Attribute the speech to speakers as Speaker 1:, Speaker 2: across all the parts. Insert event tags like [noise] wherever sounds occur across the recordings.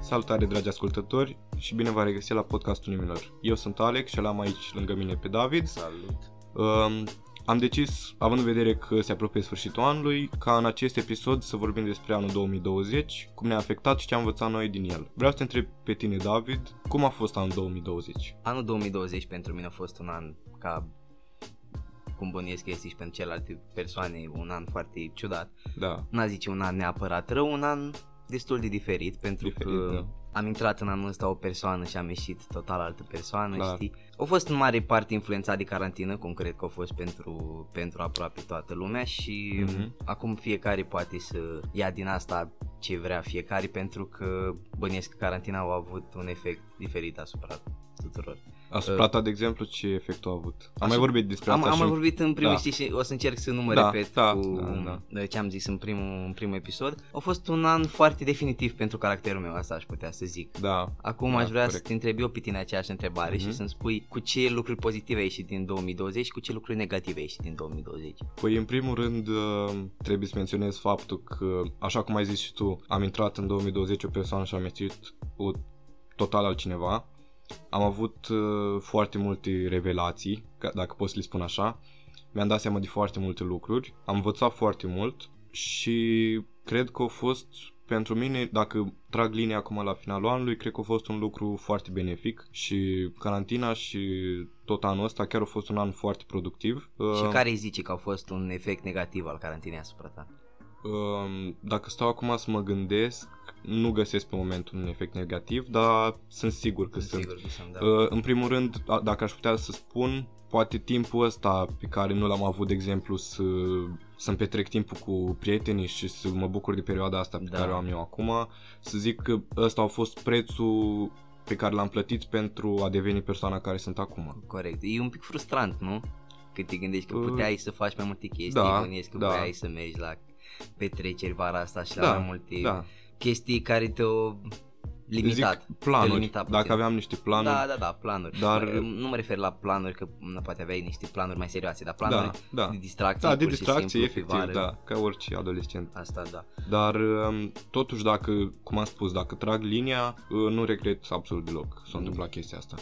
Speaker 1: Salutare dragi ascultători și bine v-am regăsit la podcastul Nimilor. Eu sunt Alex și l-am aici lângă mine pe David.
Speaker 2: Salut!
Speaker 1: Um, am decis, având în vedere că se apropie sfârșitul anului, ca în acest episod să vorbim despre anul 2020, cum ne-a afectat și ce am învățat noi din el. Vreau să te întreb pe tine, David, cum a fost anul 2020?
Speaker 2: Anul 2020 pentru mine a fost un an ca cum bănuiesc că este și pentru celelalte persoane un an foarte ciudat.
Speaker 1: Da,
Speaker 2: N-a zice un an neapărat rău, un an destul de diferit pentru
Speaker 1: Diferit,
Speaker 2: că
Speaker 1: da.
Speaker 2: am intrat în anul ăsta o persoană și am ieșit total altă persoană,
Speaker 1: Clar.
Speaker 2: știi? Au fost în mare parte influențat de carantină, cum cred că a fost pentru, pentru aproape toată lumea și
Speaker 1: Mhm.
Speaker 2: acum fiecare poate să ia din asta ce vrea fiecare pentru că bănuiesc că carantina a avut un efect diferit asupra tuturor.
Speaker 1: asupra ta, de exemplu, ce efect a avut? Am mai
Speaker 2: Asupra-
Speaker 1: vorbit despre
Speaker 2: Uh, Am,
Speaker 1: asta
Speaker 2: am
Speaker 1: și
Speaker 2: mai
Speaker 1: în-
Speaker 2: vorbit în primul,
Speaker 1: da.
Speaker 2: da. știi, și o să încerc să nu mă
Speaker 1: Da,
Speaker 2: repet
Speaker 1: da,
Speaker 2: cu
Speaker 1: da,
Speaker 2: ce am zis în primul, în primul episod. A fost un an foarte definitiv pentru caracterul meu, asta aș putea să zic.
Speaker 1: Da,
Speaker 2: Acum
Speaker 1: Da,
Speaker 2: aș vrea
Speaker 1: corect.
Speaker 2: să te întreb eu pe tine aceeași întrebare
Speaker 1: Mhm.
Speaker 2: și să-mi spui cu ce lucruri pozitive ai ieșit din 2020 și cu ce lucruri negative ai ieșit din 2020.
Speaker 1: Păi în primul rând uh, trebuie să menționez faptul că, așa cum ai zis și tu, am intrat în 2020 o persoană și am ieșit o total altcineva. Am avut uh, foarte multe revelații, ca- dacă pot să le spun așa. Mi-am dat seama de foarte multe lucruri, am învățat foarte mult și cred că a fost pentru mine, dacă trag linia acum la finalul anului, cred că a fost un lucru foarte benefic și carantina și tot anul ăsta chiar a fost un an foarte productiv.
Speaker 2: Și
Speaker 1: Uh,
Speaker 2: care îi zice că a fost un efect negativ al carantinei asupra ta?
Speaker 1: Um, dacă stau acum să mă gândesc, nu găsesc pe moment un efect negativ, dar sunt sigur că sunt.
Speaker 2: Sigur că sunt, da.
Speaker 1: Uh, în primul rând, a- dacă aș putea să spun, poate timpul ăsta pe care nu l-am avut, de exemplu, să, să-mi petrec timpul cu prietenii și să mă bucur de perioada asta pe
Speaker 2: Da.
Speaker 1: care o am eu acum, să zic că ăsta a fost prețul pe care l-am plătit pentru a deveni persoana care sunt acum.
Speaker 2: Corect. E un pic frustrant, nu? Când te gândești că
Speaker 1: Uh,
Speaker 2: puteai să faci mai multe chestii,
Speaker 1: da,
Speaker 2: gândești că
Speaker 1: da.
Speaker 2: puteai să mergi la petreceri vara asta și la
Speaker 1: Da,
Speaker 2: mai multe
Speaker 1: Da,
Speaker 2: chestii care te-au limitat.
Speaker 1: zic planuri,
Speaker 2: limita puțin.
Speaker 1: dacă aveam niște planuri,
Speaker 2: Da, da, da, planuri.
Speaker 1: Dar-
Speaker 2: Mă- Nu mă refer la planuri, că m, poate aveai niște planuri mai serioase, dar
Speaker 1: da,
Speaker 2: planuri
Speaker 1: da.
Speaker 2: de distracție.
Speaker 1: Da, de
Speaker 2: pur și
Speaker 1: distracție,
Speaker 2: simplu, pe
Speaker 1: efectiv,
Speaker 2: vară.
Speaker 1: da, ca orice adolescent.
Speaker 2: Asta, da.
Speaker 1: Dar, um, totuși, dacă, cum am spus, dacă trag linia, uh, nu regret absolut deloc s-a
Speaker 2: Mm.
Speaker 1: întâmplat chestia asta.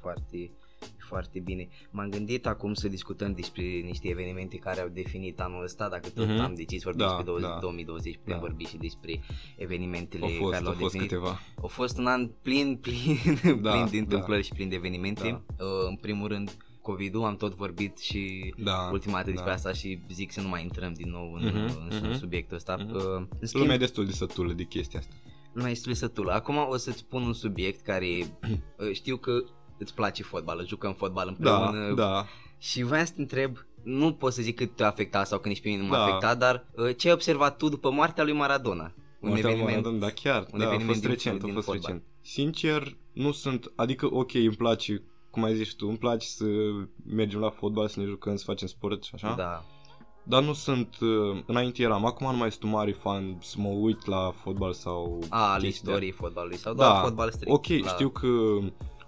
Speaker 2: Foarte, foarte bine. M-am gândit acum să discutăm despre niște evenimente care au definit anul ăsta, dacă tot
Speaker 1: Mhm.
Speaker 2: am decis vorbim
Speaker 1: Da,
Speaker 2: despre 20,
Speaker 1: da.
Speaker 2: 2020, putem
Speaker 1: Da.
Speaker 2: vorbi și despre evenimentele
Speaker 1: Au fost,
Speaker 2: care
Speaker 1: au
Speaker 2: l-au
Speaker 1: fost
Speaker 2: definit.
Speaker 1: câteva.
Speaker 2: A fost un an plin, [laughs] plin,
Speaker 1: Da,
Speaker 2: da, plin de
Speaker 1: da.
Speaker 2: întâmplări și plin de evenimente.
Speaker 1: Da.
Speaker 2: Uh, în primul rând, COVID-ul, am tot vorbit și
Speaker 1: Da,
Speaker 2: ultima dată despre
Speaker 1: da.
Speaker 2: asta și zic să nu mai intrăm din nou în,
Speaker 1: Mhm,
Speaker 2: uh, în
Speaker 1: mhm.
Speaker 2: subiectul ăsta.
Speaker 1: Mhm.
Speaker 2: Uh, În schimb,
Speaker 1: Lumea e destul de sătulă de chestia asta.
Speaker 2: lumea este lăsătulă. Acum o să-ți spun un subiect care [clears throat] uh, știu că îți place fotbalul, jucăm fotbal
Speaker 1: Da,
Speaker 2: împreună
Speaker 1: da.
Speaker 2: și voiam să te întreb, nu pot să zic cât te-a afectat sau că nici pe mine nu m-a
Speaker 1: Da.
Speaker 2: afectat, dar uh, ce ai observat tu după moartea lui Maradona? Un
Speaker 1: Moartea lui
Speaker 2: eveniment
Speaker 1: Maradona, da, chiar,
Speaker 2: un
Speaker 1: da, a
Speaker 2: eveniment
Speaker 1: fost
Speaker 2: din-
Speaker 1: recent, a
Speaker 2: din
Speaker 1: fost
Speaker 2: fotbal.
Speaker 1: recent. Sincer, nu sunt, adică, ok, îmi place, cum ai zis și tu, îmi place să mergem la fotbal, să ne jucăm, să facem sport și așa.
Speaker 2: Da,
Speaker 1: Dar nu sunt, uh, înainte eram, acum nu mai sunt un mare fan să mă uit la fotbal sau
Speaker 2: a, al
Speaker 1: chestii de-
Speaker 2: istoriei fotbalului sau
Speaker 1: Da,
Speaker 2: doar fotbal strict.
Speaker 1: Ok,
Speaker 2: la
Speaker 1: știu că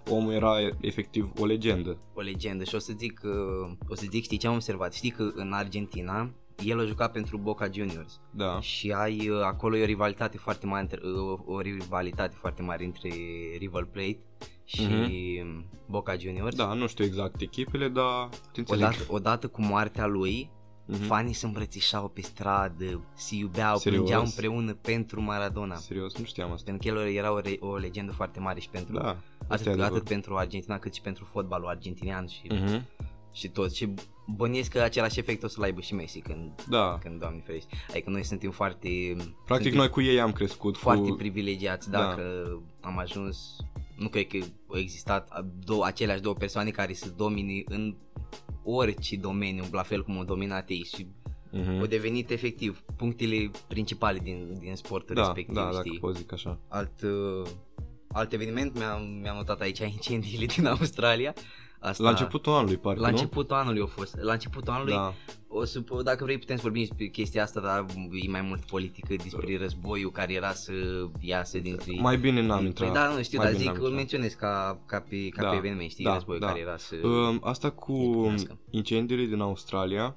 Speaker 1: omul era efectiv o legendă.
Speaker 2: O legendă și o să zic, uh, o să zic, știi ce am observat? Știi că în Argentina el a jucat pentru Boca Juniors.
Speaker 1: Da.
Speaker 2: Și ai uh, acolo e o rivalitate foarte mare între, uh, o rivalitate foarte mare între River Plate și Boca Juniors.
Speaker 1: Mhm. Da, nu știu exact echipele, dar te înțeleg.
Speaker 2: Odată, odată cu moartea lui,
Speaker 1: Mhm.
Speaker 2: fanii se îmbrățișau pe stradă, se iubeau,
Speaker 1: Serios?
Speaker 2: plângeau împreună pentru Maradona.
Speaker 1: Mhm. Serios, nu știam asta.
Speaker 2: Pentru că el era o, re- o legendă foarte mare și pentru
Speaker 1: Da, asta e
Speaker 2: atât, atât
Speaker 1: adevărul.
Speaker 2: pentru Argentina cât și pentru fotbalul argentinian și,
Speaker 1: Mhm.
Speaker 2: și tot. Și bănuiesc că același efect o să-l aibă și Messi când,
Speaker 1: Da,
Speaker 2: când doamne ferește. Adică noi suntem foarte...
Speaker 1: practic
Speaker 2: suntem
Speaker 1: noi cu ei am crescut.
Speaker 2: foarte
Speaker 1: cu... da.
Speaker 2: privilegiați dacă am ajuns, nu cred că au existat a- două, aceleași două persoane care să domine în orice domeniu, la fel cum au dominat ei și
Speaker 1: Mhm.
Speaker 2: au devenit efectiv punctele principale din, din sportul
Speaker 1: Da,
Speaker 2: respectiv,
Speaker 1: da, dacă
Speaker 2: știi?
Speaker 1: pot zic așa.
Speaker 2: Alt, uh, alt eveniment, mi-am, mi-am notat aici [laughs] incendiile din Australia. Asta,
Speaker 1: La începutul anului, parcă,
Speaker 2: la
Speaker 1: nu?
Speaker 2: începutul anului a fost, la începutul anului
Speaker 1: Da,
Speaker 2: o să, po- dacă vrei putem să vorbim despre chestia asta, dar e mai mult politică despre războiul care era să iasă dintre...
Speaker 1: mai bine n-am
Speaker 2: Păi
Speaker 1: intrat.
Speaker 2: Da, nu știu,
Speaker 1: Mai
Speaker 2: dar
Speaker 1: bine
Speaker 2: zic,
Speaker 1: n-am
Speaker 2: îl
Speaker 1: intrat.
Speaker 2: menționez ca, ca pe, ca
Speaker 1: Da,
Speaker 2: pe eveniment, știi,
Speaker 1: da,
Speaker 2: războiul
Speaker 1: da.
Speaker 2: care era să...
Speaker 1: Um, asta cu
Speaker 2: Mulțumesc.
Speaker 1: incendiile din Australia,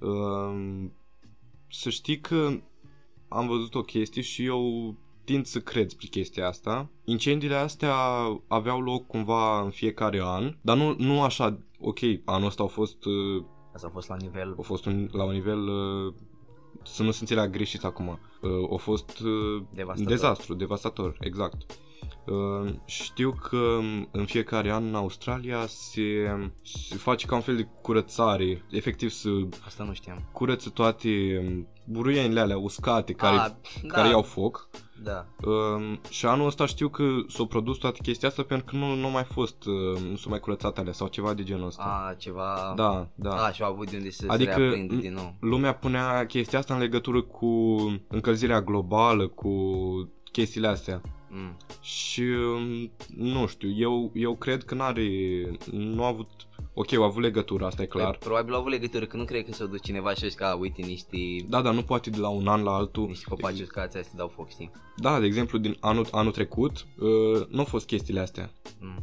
Speaker 1: ehm, um, să știi că am văzut o chestie și eu tind să cred spre chestia asta. Incendiile astea aveau loc cumva în fiecare an, dar nu, nu așa, ok, anul ăsta au fost, uh,
Speaker 2: Asta a fost la nivel...
Speaker 1: au fost un, la un nivel, uh, să nu se înțeleagă greșit acum, uh, au fost uh,
Speaker 2: Devastator.
Speaker 1: Dezastru, devastator, exact. Uh, Știu că în fiecare an în Australia se, se face ca un fel de curățare, efectiv să
Speaker 2: Asta nu știam.
Speaker 1: curăță toate ehm, buruienile alea uscate care,
Speaker 2: a,
Speaker 1: care
Speaker 2: da,
Speaker 1: iau foc.
Speaker 2: Da.
Speaker 1: Um, și anul ăsta știu că s-au produs toată chestia asta pentru că nu, nu mai fost, uh, nu s-au mai curățat alea sau ceva de genul ăsta.
Speaker 2: A, ceva...
Speaker 1: Da, da.
Speaker 2: A, și au avut de unde să
Speaker 1: Adică-
Speaker 2: se reaprindă din nou.
Speaker 1: Lumea punea chestia asta în legătură cu încălzirea globală, cu chestiile astea.
Speaker 2: Mm.
Speaker 1: Și um, nu știu, eu, eu cred că n-are, nu a avut, ok, au avut legătură, asta e clar.
Speaker 2: Păi, probabil au avut legătură, că nu cred că s-o duc cineva și ăștia, uite, niște,
Speaker 1: Da, dar nu poate de la un an la altul.
Speaker 2: niște copaci uscați aia să dau foc, știi?
Speaker 1: Da, de exemplu, din anul, anul trecut, uh, nu au fost chestiile astea. Uh,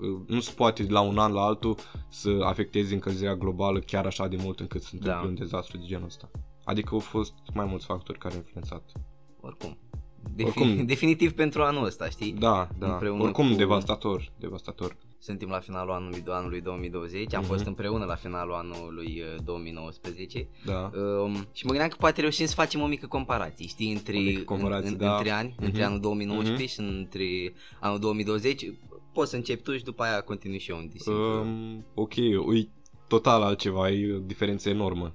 Speaker 2: Mm.
Speaker 1: nu se poate de la un an la altul să afecteze încălzirea globală chiar așa de mult încât să întâmple
Speaker 2: Da.
Speaker 1: un dezastru de genul ăsta. Adică au fost mai mulți factori care au influențat.
Speaker 2: Oricum. Defi-
Speaker 1: Oricum.
Speaker 2: [laughs] Definitiv pentru anul ăsta, știi?
Speaker 1: Da, da.
Speaker 2: Împreună
Speaker 1: Oricum,
Speaker 2: cu-
Speaker 1: devastator, devastator.
Speaker 2: Suntem la finalul anului, anului 2020, am
Speaker 1: Mhm.
Speaker 2: fost împreună la finalul anului eh, 2019
Speaker 1: Da.
Speaker 2: um, și mă gândeam că poate reușim să facem o mică comparație, știi,
Speaker 1: O
Speaker 2: între,
Speaker 1: mică comparație,
Speaker 2: în,
Speaker 1: da.
Speaker 2: între ani,
Speaker 1: Mhm.
Speaker 2: între anul 2019 și între anul 2020. Poți să începi tu și după aia continui și eu unde simt că-
Speaker 1: Um, ok, e total altceva, e o diferență enormă,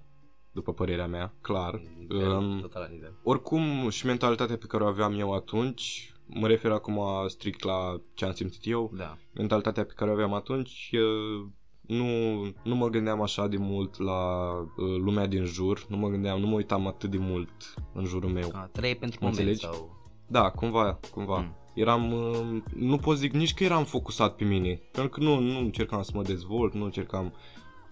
Speaker 1: după părerea mea, clar.
Speaker 2: nivel,
Speaker 1: um,
Speaker 2: total la nivel.
Speaker 1: Oricum, și mentalitatea pe care o aveam eu atunci, mă refer acum strict la ce am simțit eu,
Speaker 2: Da.
Speaker 1: mentalitatea pe care o aveam atunci, uh, nu, nu mă gândeam așa de mult la uh, lumea din jur, nu mă gândeam, nu mă uitam atât de mult în jurul meu.
Speaker 2: A, trei pentru moment
Speaker 1: Înțelegi?
Speaker 2: sau...
Speaker 1: Da, cumva, cumva.
Speaker 2: Da. Mm.
Speaker 1: Mm. Eram, uh, nu pot zic nici că eram focusat pe mine, pentru că nu, nu încercam să mă dezvolt, nu încercam,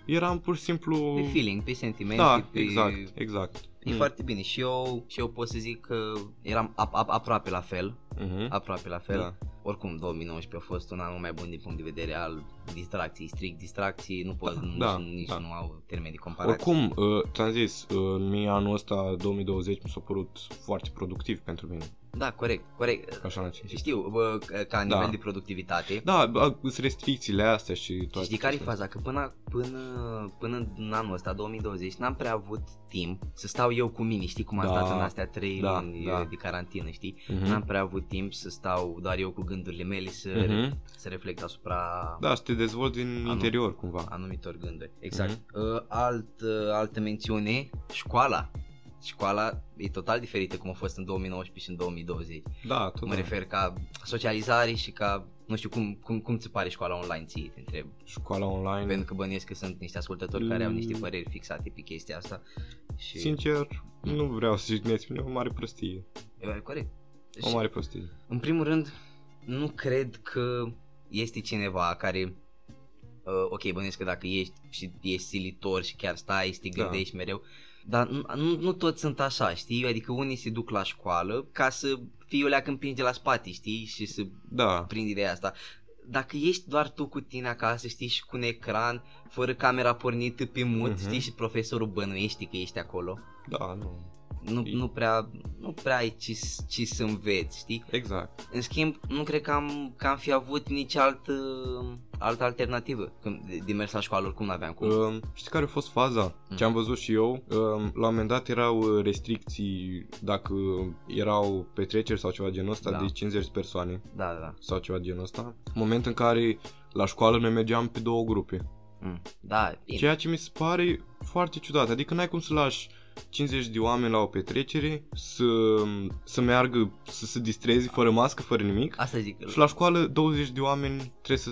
Speaker 1: eram pur și simplu...
Speaker 2: Pe feeling, pe sentimente,
Speaker 1: Da,
Speaker 2: pe...
Speaker 1: exact, exact.
Speaker 2: E foarte bine și eu, și eu pot să zic că eram ap- ap- aproape la fel,
Speaker 1: Mhm.
Speaker 2: aproape la fel.
Speaker 1: Da.
Speaker 2: Oricum 2019 a fost un an mult mai bun din punct de vedere al distracției, strict distracții, nu pot, nici,
Speaker 1: da,
Speaker 2: nici
Speaker 1: da.
Speaker 2: nu au termen de comparație.
Speaker 1: Oricum, uh, ți-am zis, uh, mie anul ăsta 2020 mi s-a părut foarte productiv pentru mine,
Speaker 2: Da, corect, corect.
Speaker 1: așa am simțit.
Speaker 2: Știu, bă, ca- ca nivel
Speaker 1: Da.
Speaker 2: de productivitate.
Speaker 1: Da, bă, sunt restricțiile astea și
Speaker 2: Și
Speaker 1: toate.
Speaker 2: știi care e
Speaker 1: chestiile.
Speaker 2: faza? Că până, până, până în anul ăsta, 2020, n-am prea avut timp să stau eu cu mine, știi cum am
Speaker 1: Da,
Speaker 2: stat în astea trei
Speaker 1: da,
Speaker 2: luni
Speaker 1: da.
Speaker 2: de carantină, știi?
Speaker 1: Mhm.
Speaker 2: N-am prea avut timp să stau doar eu cu gândurile mele să,
Speaker 1: Mhm.
Speaker 2: să reflect asupra
Speaker 1: Da, să te dezvolți din
Speaker 2: Anul.
Speaker 1: interior cumva.
Speaker 2: anumitor gânduri. Exact.
Speaker 1: Mhm.
Speaker 2: Uh, alt, uh, altă mențiune, școala. Școala e total diferită cum a fost în 2019 și în 2020.
Speaker 1: Da, tot
Speaker 2: Mă
Speaker 1: da.
Speaker 2: refer ca socializare și ca, nu știu, cum, cum, cum ți pare școala online ție, te întreb.
Speaker 1: Școala online.
Speaker 2: Pentru că bănuiesc că sunt niște ascultători care au niște
Speaker 1: Mm.
Speaker 2: păreri fixate pe chestia asta. Și...
Speaker 1: Sincer, nu vreau să jignesc, e o mare prostie.
Speaker 2: E, corect.
Speaker 1: O
Speaker 2: Și-
Speaker 1: mare prostie.
Speaker 2: În primul rând, nu cred că este cineva care uh, ok, bănuiesc că dacă ești și ești silitor și chiar stai și te
Speaker 1: Da.
Speaker 2: gândești mereu, dar nu, nu, nu toți sunt așa, știi? Adică unii se duc la școală ca să fiul leac împinge la spate, știi? Și să
Speaker 1: Da,
Speaker 2: prind ideea asta. Dacă ești doar tu cu tine acasă, știi, și cu un ecran, fără camera pornită pe mut,
Speaker 1: Mhm.
Speaker 2: știi, și profesorul bănuiește că ești acolo,
Speaker 1: da, nu.
Speaker 2: nu,
Speaker 1: E-
Speaker 2: nu prea, nu prea ai ce, s- ce să înveți, știi?
Speaker 1: Exact.
Speaker 2: În schimb, nu cred că am, că am fi avut nici altă, altă alternativă. Când de- de mers la școală oricum n-aveam cum. Mm.
Speaker 1: Um, știi care a fost faza? Ce am văzut și eu, um, la un moment dat erau uh, restricții dacă erau petreceri sau ceva genul ăsta
Speaker 2: Da.
Speaker 1: de 50 de persoane
Speaker 2: Da, da, da.
Speaker 1: sau ceva genul ăsta. Moment în care la școală noi mergeam pe două grupe.
Speaker 2: Mm. Da, bine.
Speaker 1: Ceea ce mi se pare foarte ciudat. Adică n-ai cum să lași 50 de oameni la o petrecere să, să meargă, să se distreze fără mască, fără nimic.
Speaker 2: Asta zic.
Speaker 1: Și la școală 20 de oameni trebuie să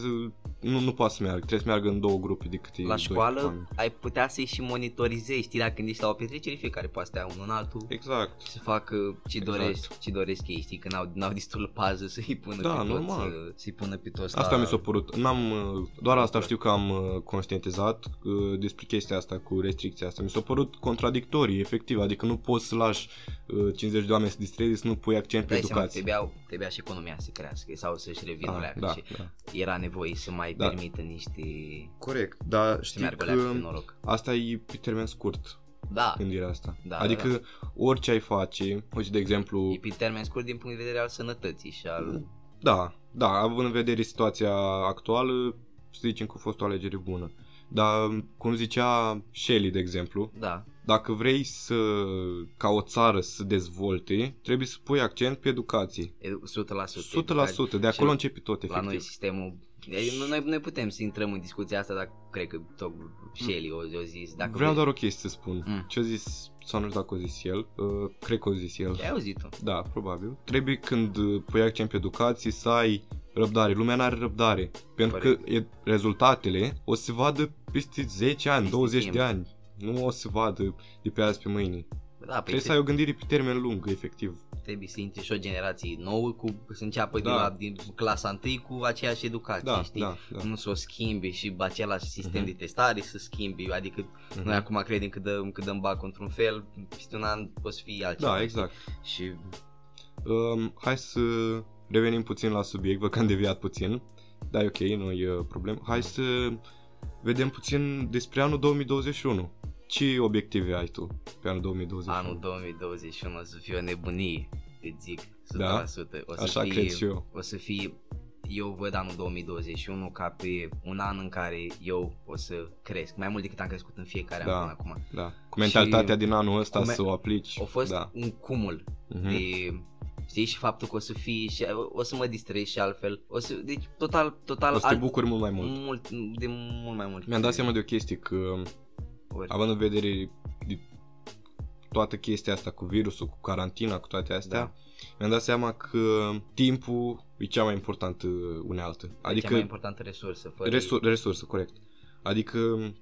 Speaker 1: nu, nu poate să meargă, trebuie să meargă în două grupe de câte
Speaker 2: La
Speaker 1: 12
Speaker 2: școală
Speaker 1: oameni.
Speaker 2: ai putea să-i și monitorizezi, știi, dacă ești la o petrecere, fiecare poate să stea unul în altul.
Speaker 1: Exact.
Speaker 2: Să facă ce
Speaker 1: Exact.
Speaker 2: doresc, ce doresc ei, știi, că n-au, n-au destul pază să-i pună
Speaker 1: Da,
Speaker 2: pe toți,
Speaker 1: normal.
Speaker 2: uh, să-i pună pe toți
Speaker 1: Asta
Speaker 2: la...
Speaker 1: mi s-a părut. N-am, uh, doar asta știu că am uh, conștientizat uh, despre chestia asta cu restricția asta. Mi s-a părut contradictorii, efectiv. Adică nu poți să lași uh, 50 de oameni să distreze, să nu pui accent pe
Speaker 2: Dai seama, că
Speaker 1: educație.
Speaker 2: trebuia, trebuia și economia să crească sau să-și revină
Speaker 1: Ah,
Speaker 2: leacă
Speaker 1: da,
Speaker 2: și
Speaker 1: da.
Speaker 2: era nevoie să mai
Speaker 1: Da.
Speaker 2: permită niște...
Speaker 1: Corect, dar
Speaker 2: să
Speaker 1: știi
Speaker 2: meargă
Speaker 1: că
Speaker 2: leacă pe noroc.
Speaker 1: asta e pe termen scurt.
Speaker 2: Da,
Speaker 1: gândirea asta.
Speaker 2: Da,
Speaker 1: adică orice ai face, uite de exemplu,
Speaker 2: e pe termen scurt din punct de vedere al sănătății și al...
Speaker 1: Da, da, având în vedere situația actuală, să zicem că a fost o alegere bună. Dar, cum zicea Shelley, de exemplu,
Speaker 2: Da,
Speaker 1: dacă vrei să, ca o țară să dezvolte, trebuie să pui accent pe educație.
Speaker 2: edu- 100%.
Speaker 1: 100%, de acolo începe tot,
Speaker 2: Adică, La noi
Speaker 1: efectiv.
Speaker 2: sistemul... Ei, nu- Noi, noi putem să intrăm în discuția asta, dar cred că tot Shelly o, o zis. Dacă
Speaker 1: Mm. Vreau
Speaker 2: vrei.
Speaker 1: doar o chestie să spun.
Speaker 2: Mm.
Speaker 1: Ce a zis, sau nu știu dacă a zis el, uh, cred că a zis el.
Speaker 2: Ai auzit-o.
Speaker 1: Da, probabil. Trebuie când uh, pui accent pe educație să ai răbdare. Lumea n-are răbdare. Pentru
Speaker 2: Corect.
Speaker 1: că e, rezultatele o să se vadă peste 10 ani,
Speaker 2: Peste
Speaker 1: 20
Speaker 2: timp.
Speaker 1: de ani. Nu o să se vadă de pe azi pe mâine.
Speaker 2: Da, păi
Speaker 1: trebuie să ai o gândire pe termen lung, efectiv.
Speaker 2: trebuie să intri și o generație nouă cu, să înceapă da.
Speaker 1: Da.
Speaker 2: din, la, din clasa 1 cu aceeași educație,
Speaker 1: Da,
Speaker 2: știi?
Speaker 1: da, da.
Speaker 2: Nu să o schimbi și același sistem
Speaker 1: Mhm.
Speaker 2: de testare să schimbi, adică noi acum credem că dăm, că dăm bac într-un fel, peste un an o să fie altceva.
Speaker 1: Da, exact.
Speaker 2: Și
Speaker 1: Um, hai să revenim puțin la subiect, văd că am deviat puțin, dar e ok, nu e uh, problemă. Hai să vedem puțin despre anul 2021. Ce obiective ai tu pe anul 2021?
Speaker 2: anul 2021 o să fie o nebunie, îți zic, 100%.
Speaker 1: Da?
Speaker 2: O să
Speaker 1: Așa
Speaker 2: fie,
Speaker 1: cred și eu.
Speaker 2: O să fie, eu văd anul 2021 ca pe un an în care eu o să cresc, mai mult decât am crescut în fiecare
Speaker 1: Da.
Speaker 2: an până acum.
Speaker 1: Da. Cu mentalitatea din anul ăsta
Speaker 2: cu me-
Speaker 1: să o aplici.
Speaker 2: A fost
Speaker 1: Da.
Speaker 2: un cumul
Speaker 1: Mhm.
Speaker 2: de știi și faptul că o să fii și o să mă distrez și altfel. O să deci total total
Speaker 1: O să te bucuri mult mai mult.
Speaker 2: mult de mult mai mult.
Speaker 1: Mi-am dat seama de o chestie că
Speaker 2: Ori.
Speaker 1: având în vedere de toată chestia asta cu virusul, cu carantina, cu toate astea,
Speaker 2: Da.
Speaker 1: da. mi-am dat seama că timpul e cea mai importantă unealtă.
Speaker 2: adică
Speaker 1: Adică
Speaker 2: cea mai importantă resursă fără
Speaker 1: resur- resursă, corect. Adică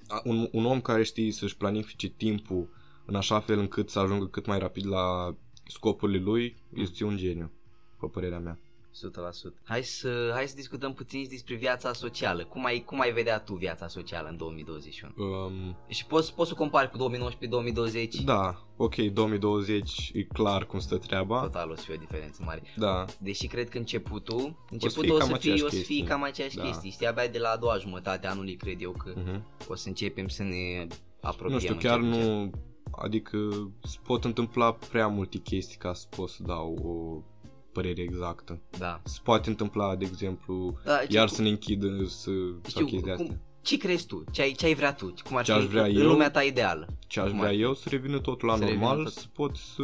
Speaker 1: a- un, un om care știe să-și planifice timpul în așa fel încât să ajungă cât mai rapid la scopurile lui,
Speaker 2: Mm.
Speaker 1: este un geniu, pe părerea mea.
Speaker 2: 100%. Hai să hai să discutăm puțin și despre viața socială. Cum ai cum ai vedea tu viața socială în 2021?
Speaker 1: Um,
Speaker 2: Și poți poți să o compari cu 2019 2020?
Speaker 1: da, ok, 2020 e clar cum stă treaba.
Speaker 2: Total o să fie o diferență mare.
Speaker 1: Da,
Speaker 2: Deși cred că începutul,
Speaker 1: fie
Speaker 2: începutul o
Speaker 1: cam
Speaker 2: să fie,
Speaker 1: aceeași
Speaker 2: o să fie
Speaker 1: chestie.
Speaker 2: cam aceeași
Speaker 1: Da.
Speaker 2: chestii, știi, abia de la a doua jumătate a anului cred eu că
Speaker 1: uh-huh.
Speaker 2: o să începem să ne apropiem.
Speaker 1: nu știu,
Speaker 2: încet,
Speaker 1: chiar
Speaker 2: încet.
Speaker 1: nu... Adică se pot întâmpla prea multe chestii ca să pot să dau o părere exactă.
Speaker 2: Da.
Speaker 1: Se poate întâmpla, de exemplu,
Speaker 2: da
Speaker 1: iar
Speaker 2: ce,
Speaker 1: să ne închidă să, sau chestii de
Speaker 2: cum-
Speaker 1: astea.
Speaker 2: ce crezi tu? Ce ai, ce ai vrea tu? Cum ar
Speaker 1: Ce
Speaker 2: fi
Speaker 1: aș vrea
Speaker 2: în
Speaker 1: eu?
Speaker 2: lumea ta ideală?
Speaker 1: Ce aș
Speaker 2: Cum
Speaker 1: vrea
Speaker 2: ar fi?
Speaker 1: eu să revină totul la
Speaker 2: Să revină
Speaker 1: normal,
Speaker 2: tot.
Speaker 1: să pot să,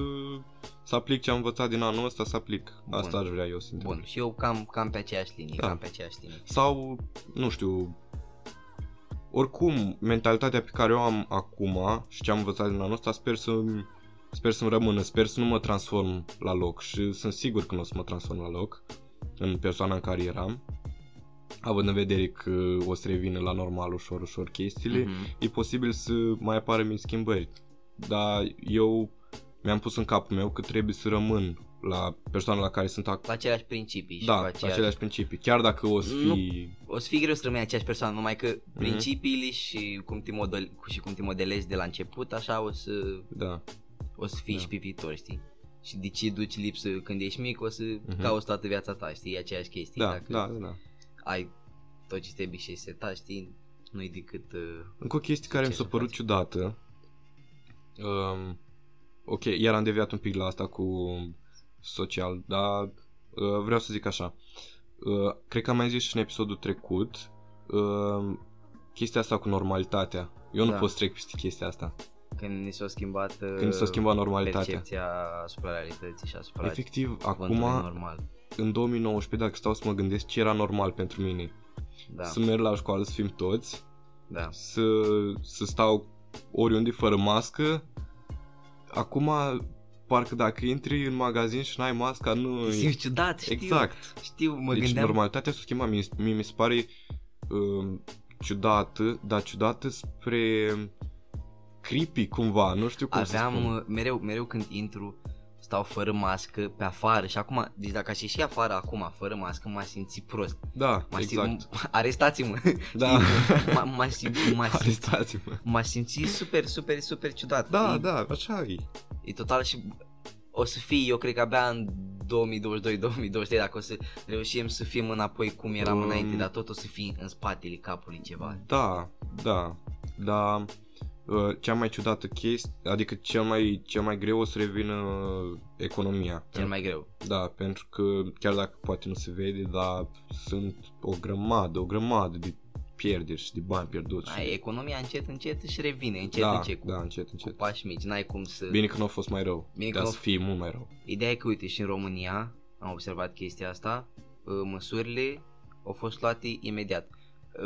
Speaker 1: să aplic ce am învățat din anul ăsta, să aplic.
Speaker 2: Bun.
Speaker 1: Asta aș vrea eu să întâmple.
Speaker 2: Bun, și eu cam, cam pe aceeași linie,
Speaker 1: Da.
Speaker 2: cam pe aceeași linie.
Speaker 1: Sau, nu știu, oricum, mentalitatea pe care o am acum și ce am învățat din anul ăsta, sper să sper să-mi rămână, sper să nu mă transform la loc și sunt sigur că nu o să mă transform la loc în persoana în care eram, având în vedere că o să revină la normal ușor, ușor chestiile,
Speaker 2: Mhm.
Speaker 1: e posibil să mai apară mici schimbări. Dar eu mi-am pus în capul meu că trebuie să rămân la persoana la care sunt acum.
Speaker 2: La aceleași principii și
Speaker 1: Da,
Speaker 2: cu
Speaker 1: la
Speaker 2: aceeași...
Speaker 1: aceleași principii. Chiar dacă o să
Speaker 2: Nu-
Speaker 1: fi...
Speaker 2: O să fie greu să rămâi aceeași persoană, numai că
Speaker 1: Mhm.
Speaker 2: principiile și cum, te model, și cum te modelezi de la început, așa o să,
Speaker 1: Da.
Speaker 2: o să fii
Speaker 1: Da.
Speaker 2: și pe viitor, știi? Și de ce duci lipsă când ești mic, o să
Speaker 1: Mhm.
Speaker 2: cauți toată viața ta, știi, aceeași chestii.
Speaker 1: Da,
Speaker 2: dacă
Speaker 1: da, da, da.
Speaker 2: ai tot ce trebuie și ai setat, știi? Nu-i decât... Uh,
Speaker 1: Încă o chestie care
Speaker 2: Ce
Speaker 1: mi s-a
Speaker 2: să
Speaker 1: părut
Speaker 2: faci?
Speaker 1: ciudată. Um, ok, iar am deviat un pic la asta cu social, dar uh, vreau să zic așa. Uh, cred că am mai zis și în episodul trecut uh, chestia asta cu normalitatea. Eu nu
Speaker 2: Da.
Speaker 1: pot să trec peste chestia asta.
Speaker 2: când ni s-a schimbat... Uh,
Speaker 1: Când s-a schimbat normalitatea.
Speaker 2: Percepția asupra realității și asupra
Speaker 1: Efectiv,
Speaker 2: cuvântului
Speaker 1: acum,
Speaker 2: normal.
Speaker 1: în 2019, dacă stau să mă gândesc ce era normal pentru mine,
Speaker 2: Da,
Speaker 1: să merg la școală, să fim toți,
Speaker 2: da.
Speaker 1: să, să stau oriunde fără mască. Acum, parcă dacă intri în magazin și n-ai masca, nu...
Speaker 2: Te simți ciudat, știu.
Speaker 1: exact.
Speaker 2: Știu, mă
Speaker 1: deci
Speaker 2: gândeam...
Speaker 1: normalitatea s-a schimbat. Mie, mie mi se pare um, ciudată, dar ciudată spre creepy cumva, nu știu cum să
Speaker 2: Aveam
Speaker 1: spun.
Speaker 2: uh, mereu, mereu când intru stau fără mască pe afară și acum, deci dacă aș ieși afară acum fără mască, m-aș simți prost.
Speaker 1: Da,
Speaker 2: M-aș
Speaker 1: exact.
Speaker 2: simți, arestați-mă.
Speaker 1: Da,
Speaker 2: [laughs] M- m-aș simți, m-aș simți,
Speaker 1: [laughs] arestați-mă.
Speaker 2: m-aș simți super, super, super ciudat.
Speaker 1: Da,
Speaker 2: E-
Speaker 1: da, așa e.
Speaker 2: E total și o să fie, eu cred că abia în 2022-2023 dacă o să reușim să fim înapoi cum eram
Speaker 1: Um. Mm.
Speaker 2: înainte, dar tot o să fie în spatele capului ceva.
Speaker 1: Da, da, da. uh, cea mai ciudată chestie, adică cel mai, cel mai greu o să revină uh, economia.
Speaker 2: Cel mai greu.
Speaker 1: Da, pentru că chiar dacă poate nu se vede, dar sunt o grămadă, o grămadă de pierderi și de bani pierduți.
Speaker 2: Ai, economia încet, încet își revine, încet,
Speaker 1: da,
Speaker 2: încet, cu,
Speaker 1: da, încet,
Speaker 2: cu
Speaker 1: încet.
Speaker 2: pași mici, n-ai cum să...
Speaker 1: Bine da. că nu a fost mai rău,
Speaker 2: Bine că
Speaker 1: dar
Speaker 2: nu a
Speaker 1: să fie mult mai rău.
Speaker 2: Ideea e că, uite, și în România, am observat chestia asta, uh, măsurile au fost luate imediat.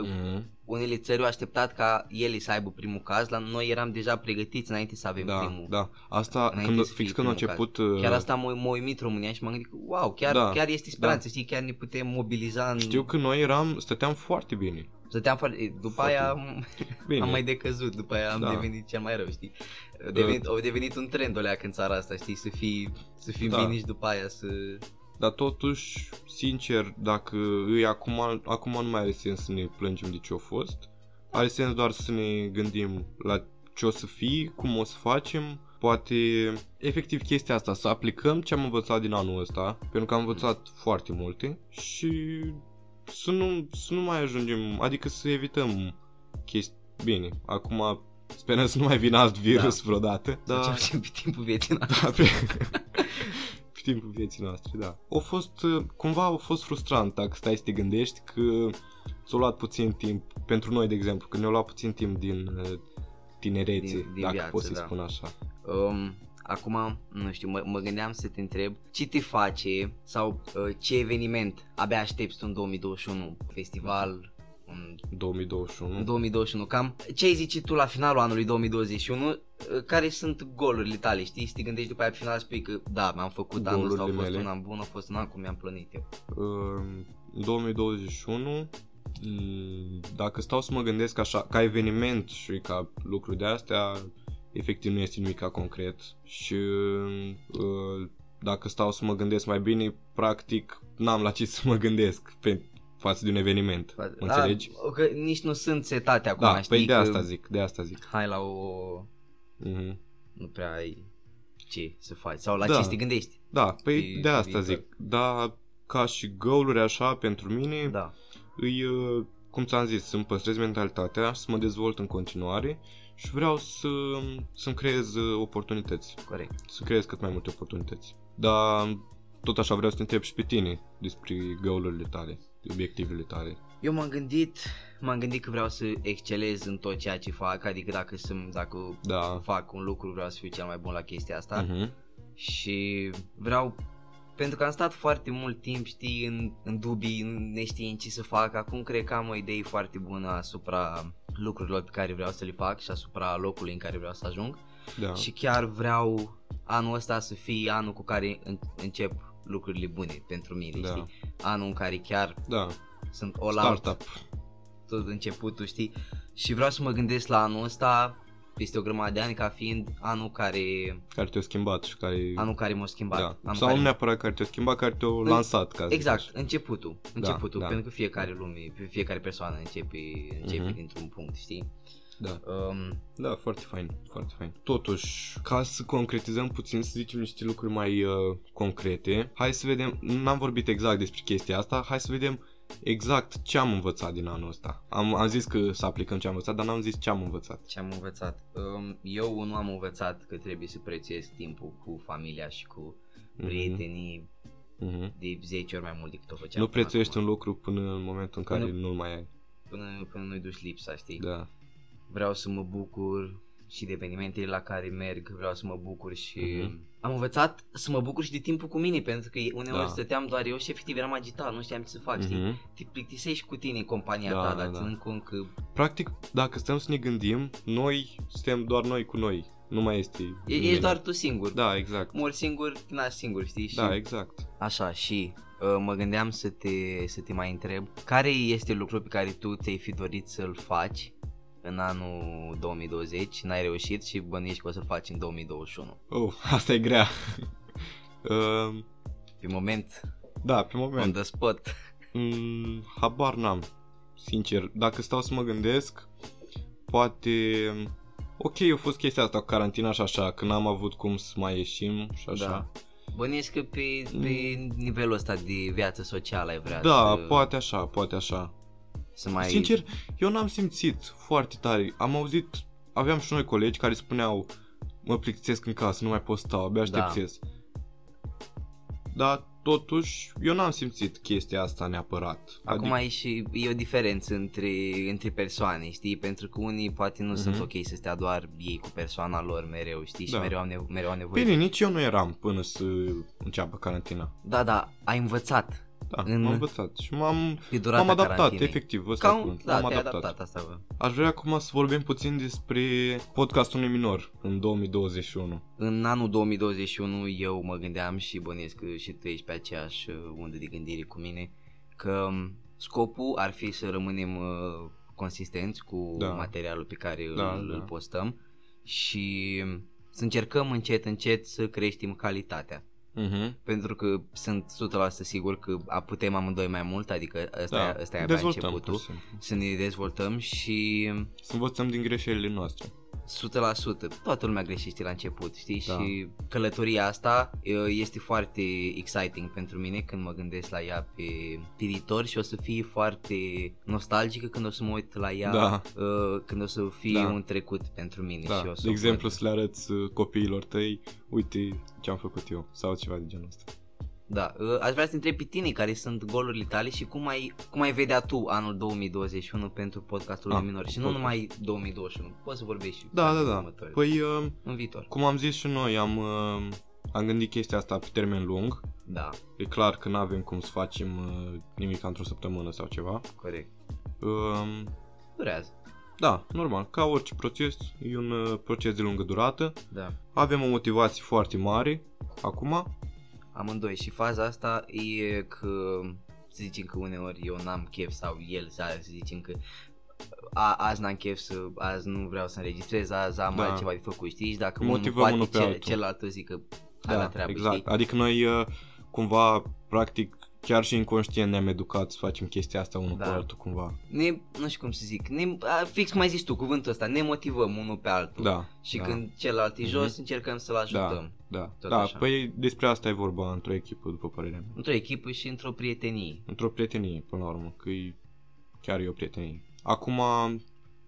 Speaker 2: Uh,
Speaker 1: Mhm.
Speaker 2: Unele țări au așteptat ca ele să aibă primul caz, la noi eram deja pregătiți înainte să avem
Speaker 1: Da,
Speaker 2: primul.
Speaker 1: da. Asta,
Speaker 2: Înainte
Speaker 1: când,
Speaker 2: să fie
Speaker 1: fix când a
Speaker 2: primul caz.
Speaker 1: început...
Speaker 2: Chiar
Speaker 1: uh,
Speaker 2: asta m-a m-a uimit România și m-am gândit că, wow, chiar,
Speaker 1: Da,
Speaker 2: chiar este speranță, știi, chiar ne putem mobiliza în...
Speaker 1: Știu că noi eram, stăteam foarte bine.
Speaker 2: Stăteam foarte... După
Speaker 1: Foarte
Speaker 2: aia
Speaker 1: Bine.
Speaker 2: Am mai decăzut, după aia am
Speaker 1: Da.
Speaker 2: devenit cel mai rău, știi? A devenit, au devenit un trend olea în țara asta, știi? Să fii, să fii
Speaker 1: Da.
Speaker 2: da. bine și după aia să...
Speaker 1: Dar totuși, sincer, dacă îi acum, acum nu mai are sens să ne plângem de ce a fost, are sens doar să ne gândim la ce o să fie, cum o să facem, poate efectiv chestia asta, să aplicăm ce am învățat din anul ăsta, pentru că am învățat foarte multe și să nu, să nu mai ajungem, adică să evităm chestii. Bine, acum sperăm să nu mai vină alt virus da. vreodată,
Speaker 2: Da. Ce
Speaker 1: dar
Speaker 2: facem pe [laughs] timpul vieții noastre.
Speaker 1: da, pe... [laughs] pe timpul vieții noastre, da. A fost, uh, cumva a fost frustrant dacă stai să te gândești că ți-a luat puțin timp, pentru noi de exemplu, că ne-a luat puțin timp din uh, tinerețe,
Speaker 2: Din- din
Speaker 1: dacă
Speaker 2: viață,
Speaker 1: pot să-i
Speaker 2: da.
Speaker 1: spun așa.
Speaker 2: Um, acum, nu știu, mă, mă gândeam să te întreb ce te face sau uh, ce eveniment abia aștepți tu în 2021? Festival, un
Speaker 1: 2021.
Speaker 2: în 2021, cam ce ai zice tu la finalul anului 2021, uh, care sunt golurile tale, știi, să te gândești după aia pe final spui că da, mi-am făcut anul ăsta, a
Speaker 1: Golurile
Speaker 2: fost
Speaker 1: mele.
Speaker 2: un an bun, a fost un an cum mi-am plănit eu.
Speaker 1: Uh, 2021 mm, dacă stau să mă gândesc așa, ca eveniment și ca lucruri de astea, efectiv nu este nimic concret și uh, dacă stau să mă gândesc mai bine, practic n-am la ce să mă gândesc pe față de un eveniment.
Speaker 2: Da,
Speaker 1: Înțelegi?
Speaker 2: Că nici nu sunt setate acum,
Speaker 1: Da,
Speaker 2: știi
Speaker 1: păi de
Speaker 2: că
Speaker 1: asta zic, de asta zic.
Speaker 2: hai la o...
Speaker 1: Mhm.
Speaker 2: nu prea ai ce să faci sau la
Speaker 1: Da.
Speaker 2: ce să te gândești.
Speaker 1: Da, păi
Speaker 2: E-
Speaker 1: de asta
Speaker 2: e-
Speaker 1: zic. Da, ca și goaluri așa pentru mine,
Speaker 2: Da.
Speaker 1: îi, uh, cum ți-am zis, să-mi păstrez mentalitatea, să mă dezvolt în continuare și vreau să, să-mi creez uh, oportunități,
Speaker 2: Corect.
Speaker 1: să creez cât mai multe oportunități. Dar tot așa vreau să te întreb și pe tine despre găurile tale, obiectivele tale.
Speaker 2: Eu m-am gândit, m-am gândit că vreau să excelez în tot ceea ce fac, adică dacă sunt, dacă
Speaker 1: Da.
Speaker 2: fac un lucru vreau să fiu cel mai bun la chestia asta.
Speaker 1: Uh-huh.
Speaker 2: și vreau pentru că am stat foarte mult timp, știi, în, în dubii, în neștiind ce să fac, acum cred că am o idee foarte bună asupra lucrurilor pe care vreau să le fac și asupra locului în care vreau să ajung
Speaker 1: Da.
Speaker 2: și chiar vreau anul ăsta să fie anul cu care în, încep lucrurile bune pentru mine,
Speaker 1: Da.
Speaker 2: știi? Anul în care chiar
Speaker 1: Da.
Speaker 2: sunt all out
Speaker 1: Startup.
Speaker 2: tot începutul, știi? Și vreau să mă gândesc la anul ăsta peste o grămadă de ani ca fiind anul care
Speaker 1: Care te-a schimbat și care...
Speaker 2: anul care m-a schimbat.
Speaker 1: da.
Speaker 2: Anul
Speaker 1: Sau
Speaker 2: care
Speaker 1: nu neapărat care te-a schimbat, care te-a lansat. Ca să
Speaker 2: Exact,
Speaker 1: zic așa.
Speaker 2: începutul, începutul,
Speaker 1: da.
Speaker 2: da, pentru că fiecare lume, fiecare persoană începe, începe
Speaker 1: Mhm.
Speaker 2: uh-huh. dintr-un punct, știi?
Speaker 1: Da.
Speaker 2: Um,
Speaker 1: Da, foarte fain, foarte fain. Totuși, ca să concretizăm puțin, să zicem niște lucruri mai uh, concrete, hai să vedem, n-am vorbit exact despre chestia asta, hai să vedem exact ce am învățat din anul ăsta. Am, am zis că să aplicăm ce am învățat, dar n-am zis ce am învățat.
Speaker 2: ce am învățat? Um, eu nu am învățat că trebuie să prețuiesc timpul cu familia și cu prietenii
Speaker 1: Mhm.
Speaker 2: de 10 ori mai mult decât o făceam.
Speaker 1: Nu
Speaker 2: până
Speaker 1: prețuiești
Speaker 2: acum,
Speaker 1: un lucru până în momentul în care
Speaker 2: Până-
Speaker 1: nu-l mai ai.
Speaker 2: Până, până nu-i duci lipsa, știi?
Speaker 1: Da.
Speaker 2: Vreau să mă bucur și de evenimentele la care merg, vreau să mă bucur și...
Speaker 1: Mhm.
Speaker 2: Am învățat să mă bucur și de timpul cu mine, pentru că uneori
Speaker 1: Da.
Speaker 2: da. stăteam doar eu și efectiv eram agitat, nu știam ce să fac, știi?
Speaker 1: Mhm.
Speaker 2: te plictisești cu tine în compania
Speaker 1: Da,
Speaker 2: da, ta,
Speaker 1: da,
Speaker 2: dar
Speaker 1: da.
Speaker 2: da. ținând cont că
Speaker 1: Practic, dacă stăm să ne gândim, noi suntem doar noi cu noi. Nu mai este
Speaker 2: e,
Speaker 1: nimeni.
Speaker 2: ești doar tu singur.
Speaker 1: Da,
Speaker 2: [laughs]
Speaker 1: exact.
Speaker 2: Mori singur, te naști singur, știi? Și...
Speaker 1: Da, exact.
Speaker 2: Așa, și uh, mă gândeam să te, să te mai întreb, care este lucrul pe care tu ți-ai fi dorit să-l faci în anul 2020, n-ai reușit și bănuiești că o să-l faci în 2021?
Speaker 1: Oh, [laughs] asta e grea. um,
Speaker 2: Pe moment,
Speaker 1: da, pe moment.
Speaker 2: on the spot.
Speaker 1: Mm, habar n-am, sincer. Dacă stau să mă gândesc, poate... Ok, a fost chestia asta cu carantina și așa, că n-am avut cum să mai ieșim și
Speaker 2: Da,
Speaker 1: așa.
Speaker 2: Bănuiesc că pe, pe nivelul ăsta de viață socială ai vrea
Speaker 1: Da, da
Speaker 2: să,
Speaker 1: poate așa, poate așa.
Speaker 2: să mai...
Speaker 1: Sincer, eu n-am simțit foarte tare. Am auzit aveam și noi colegi care spuneau mă plictisesc în casă, nu mai pot sta, abia aștept
Speaker 2: Da.
Speaker 1: să ies. Dar totuși eu n-am simțit chestia asta neapărat. Adică,
Speaker 2: Acum e și e o diferență între, între persoane, știi? Pentru că unii poate nu sunt
Speaker 1: Mhm.
Speaker 2: ok să stea doar ei cu persoana lor mereu, știi? Și
Speaker 1: Da.
Speaker 2: mereu au, nevo- mereu au nevoie.
Speaker 1: Bine, nici eu nu eram până să înceapă carantina.
Speaker 2: Da, da, ai învățat
Speaker 1: Da,
Speaker 2: În-
Speaker 1: m-am învățat și m-am,
Speaker 2: pe durata
Speaker 1: m-am adaptat,
Speaker 2: carantinei.
Speaker 1: efectiv, ăsta
Speaker 2: Ca
Speaker 1: e
Speaker 2: un,
Speaker 1: cuvântul,
Speaker 2: da,
Speaker 1: m-am
Speaker 2: te-ai
Speaker 1: adaptat.
Speaker 2: adaptat. asta, bă.
Speaker 1: Aș vrea acum să vorbim puțin despre podcastul unui minor în 2021.
Speaker 2: În anul 2021 eu mă gândeam și bănuiesc că și tu ești pe aceeași uh, undă de gândire cu mine că um, scopul ar fi să rămânem uh, consistenți cu
Speaker 1: Da.
Speaker 2: da. materialul pe care
Speaker 1: Da,
Speaker 2: da, îl,
Speaker 1: da.
Speaker 2: da. îl postăm și um, să încercăm încet încet să creștem calitatea.
Speaker 1: Mhm.
Speaker 2: Pentru că sunt 100% sigur că a- putem amândoi mai mult, adică ăsta,
Speaker 1: Da,
Speaker 2: da. ăsta e abia
Speaker 1: dezvoltăm.
Speaker 2: începutul,
Speaker 1: pur și simplu.
Speaker 2: să ne dezvoltăm și um,
Speaker 1: Să învățăm din greșelile noastre.
Speaker 2: 100%. Toată lumea greșește la început, știi?
Speaker 1: Da.
Speaker 2: Da. Și călătoria asta uh, este foarte exciting pentru mine când mă gândesc la ea pe, pe viitor și o să fie foarte nostalgică când o să mă uit la ea,
Speaker 1: Da.
Speaker 2: uh, când o să fie
Speaker 1: Da.
Speaker 2: un trecut pentru mine.
Speaker 1: Da,
Speaker 2: și o să
Speaker 1: de
Speaker 2: o
Speaker 1: exemplu
Speaker 2: văd.
Speaker 1: să le arăți uh, copiilor tăi, uite ce am făcut eu sau ceva de genul ăsta.
Speaker 2: Da. Uh, Aș vrea să te întreb pe tine care sunt golurile tale și cum ai, cum ai vedea tu anul 2021 pentru podcastul
Speaker 1: Ah,
Speaker 2: ah, minor și nu
Speaker 1: podcast.
Speaker 2: numai 2021. Poți să vorbești și
Speaker 1: Da, da,
Speaker 2: anul
Speaker 1: da.
Speaker 2: următor,
Speaker 1: Păi, uh,
Speaker 2: în viitor.
Speaker 1: cum am zis și noi, am, uh, am gândit chestia asta pe termen lung.
Speaker 2: Da,
Speaker 1: E clar că nu avem cum să facem uh, nimic într-o săptămână sau ceva.
Speaker 2: corect.
Speaker 1: Uh,
Speaker 2: Durează.
Speaker 1: Da, normal, ca orice proces, e un uh, proces de lungă durată.
Speaker 2: Da.
Speaker 1: Avem o motivație foarte mare acum.
Speaker 2: amândoi și faza asta e că să zicem că uneori eu n-am chef sau el să să zicem că a, azi n-am chef să, azi nu vreau să înregistrez, azi am
Speaker 1: Da.
Speaker 2: da. altceva de făcut, știi? Și dacă
Speaker 1: Motivăm
Speaker 2: unul
Speaker 1: unul pe
Speaker 2: poate cel,
Speaker 1: altul.
Speaker 2: celălalt îl zic că hai la treabă,
Speaker 1: exact.
Speaker 2: știi?
Speaker 1: Adică noi uh, cumva, practic, chiar și inconștient ne-am educat să facem chestia asta unul
Speaker 2: Da.
Speaker 1: pe altul cumva.
Speaker 2: Ne, nu știu cum să zic, ne, a, fix mai zis tu cuvântul ăsta, ne motivăm unul pe altul.
Speaker 1: Da,
Speaker 2: Și
Speaker 1: da.
Speaker 2: când celălalt e jos,
Speaker 1: Mhm.
Speaker 2: încercăm să-l ajutăm.
Speaker 1: da,
Speaker 2: Tot
Speaker 1: da,
Speaker 2: așa.
Speaker 1: păi despre asta e vorba într-o echipă, după părerea mea.
Speaker 2: Într-o echipă și într-o prietenie.
Speaker 1: Într-o prietenie, până la urmă, că e, chiar e o prietenie. Acum,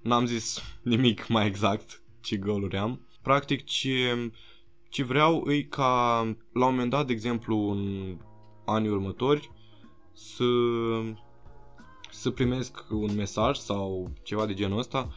Speaker 1: n-am zis [laughs] nimic mai exact ce goluri am. Practic, ce, ce vreau e ca, la un moment dat, de exemplu, în anii următori, să, să primesc un mesaj sau ceva de genul ăsta,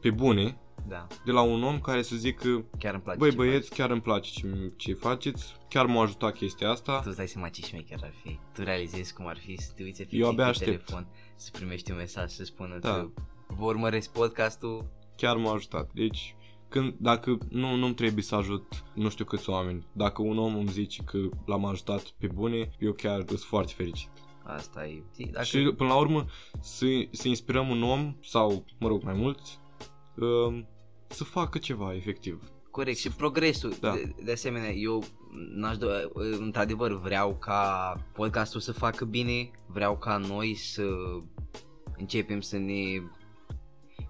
Speaker 1: pe bune,
Speaker 2: Da,
Speaker 1: de la un om care să zică,
Speaker 2: chiar îmi place
Speaker 1: băi
Speaker 2: ce
Speaker 1: băieți, chiar îmi place ce, ce faceți, chiar m-a ajutat chestia asta.
Speaker 2: Tu îți dai seama ce șmecher ar fi Tu realizezi cum ar fi să te uiți efectiv
Speaker 1: Eu abia
Speaker 2: pe
Speaker 1: aștept.
Speaker 2: telefon Să primești un mesaj să spună
Speaker 1: Da.
Speaker 2: da. Vă urmăresc podcastul
Speaker 1: chiar m-a ajutat. Deci, când, dacă nu, nu-mi trebuie să ajut nu știu câți oameni, dacă un om îmi zice că l-am ajutat pe bune, eu chiar sunt foarte fericit.
Speaker 2: Asta e Știi,
Speaker 1: Dacă...
Speaker 2: dacă...
Speaker 1: Și până la urmă, să, să inspirăm un om, sau, mă rog, mai mulți, um, să facă ceva, efectiv.
Speaker 2: Corect și progresul
Speaker 1: Da.
Speaker 2: da. de, de asemenea eu n-aș do- Într-adevăr vreau ca podcastul să facă bine Vreau ca noi să începem să ne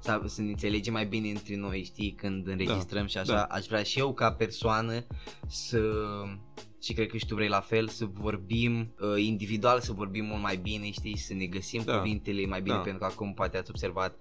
Speaker 2: să, să ne înțelegem mai bine între noi, știi, când înregistrăm da, și așa.
Speaker 1: da.
Speaker 2: Da. Aș vrea și eu ca persoană să și cred că și tu vrei la fel, să vorbim uh, individual, să vorbim mult mai bine, știi, să ne găsim
Speaker 1: Da.
Speaker 2: da. cuvintele mai bine,
Speaker 1: Da.
Speaker 2: da. pentru că acum poate ați observat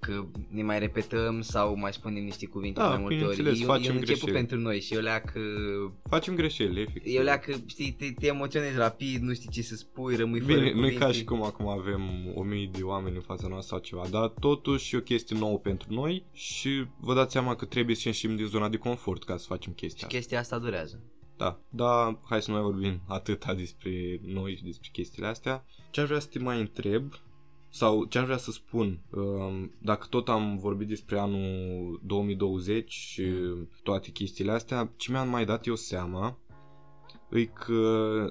Speaker 2: că ne mai repetăm sau mai spunem niște cuvinte
Speaker 1: Da,
Speaker 2: mai multe ori.
Speaker 1: bineînțeles,
Speaker 2: E un- e
Speaker 1: facem
Speaker 2: un început
Speaker 1: greșeli.
Speaker 2: pentru noi și eu leac uh,
Speaker 1: Facem greșeli, efectiv.
Speaker 2: eu leac, știi, te, te emoționezi rapid, nu știi ce să spui, rămâi
Speaker 1: Bine,
Speaker 2: fără
Speaker 1: nu e
Speaker 2: cuvinte.
Speaker 1: ca și cum acum avem o mie de oameni în fața noastră sau ceva, dar totuși e o chestie nouă pentru noi și vă dați seama că trebuie să ieșim din zona de confort ca să facem chestia
Speaker 2: Și
Speaker 1: asta.
Speaker 2: chestia asta durează.
Speaker 1: Da, dar hai să nu mai vorbim atâta despre noi și despre chestiile astea. Ce aș vrea să te mai întreb sau ce aș vrea să spun, um, dacă tot am vorbit despre anul 2020 și toate chestiile astea, ce mi-am mai dat eu seama e că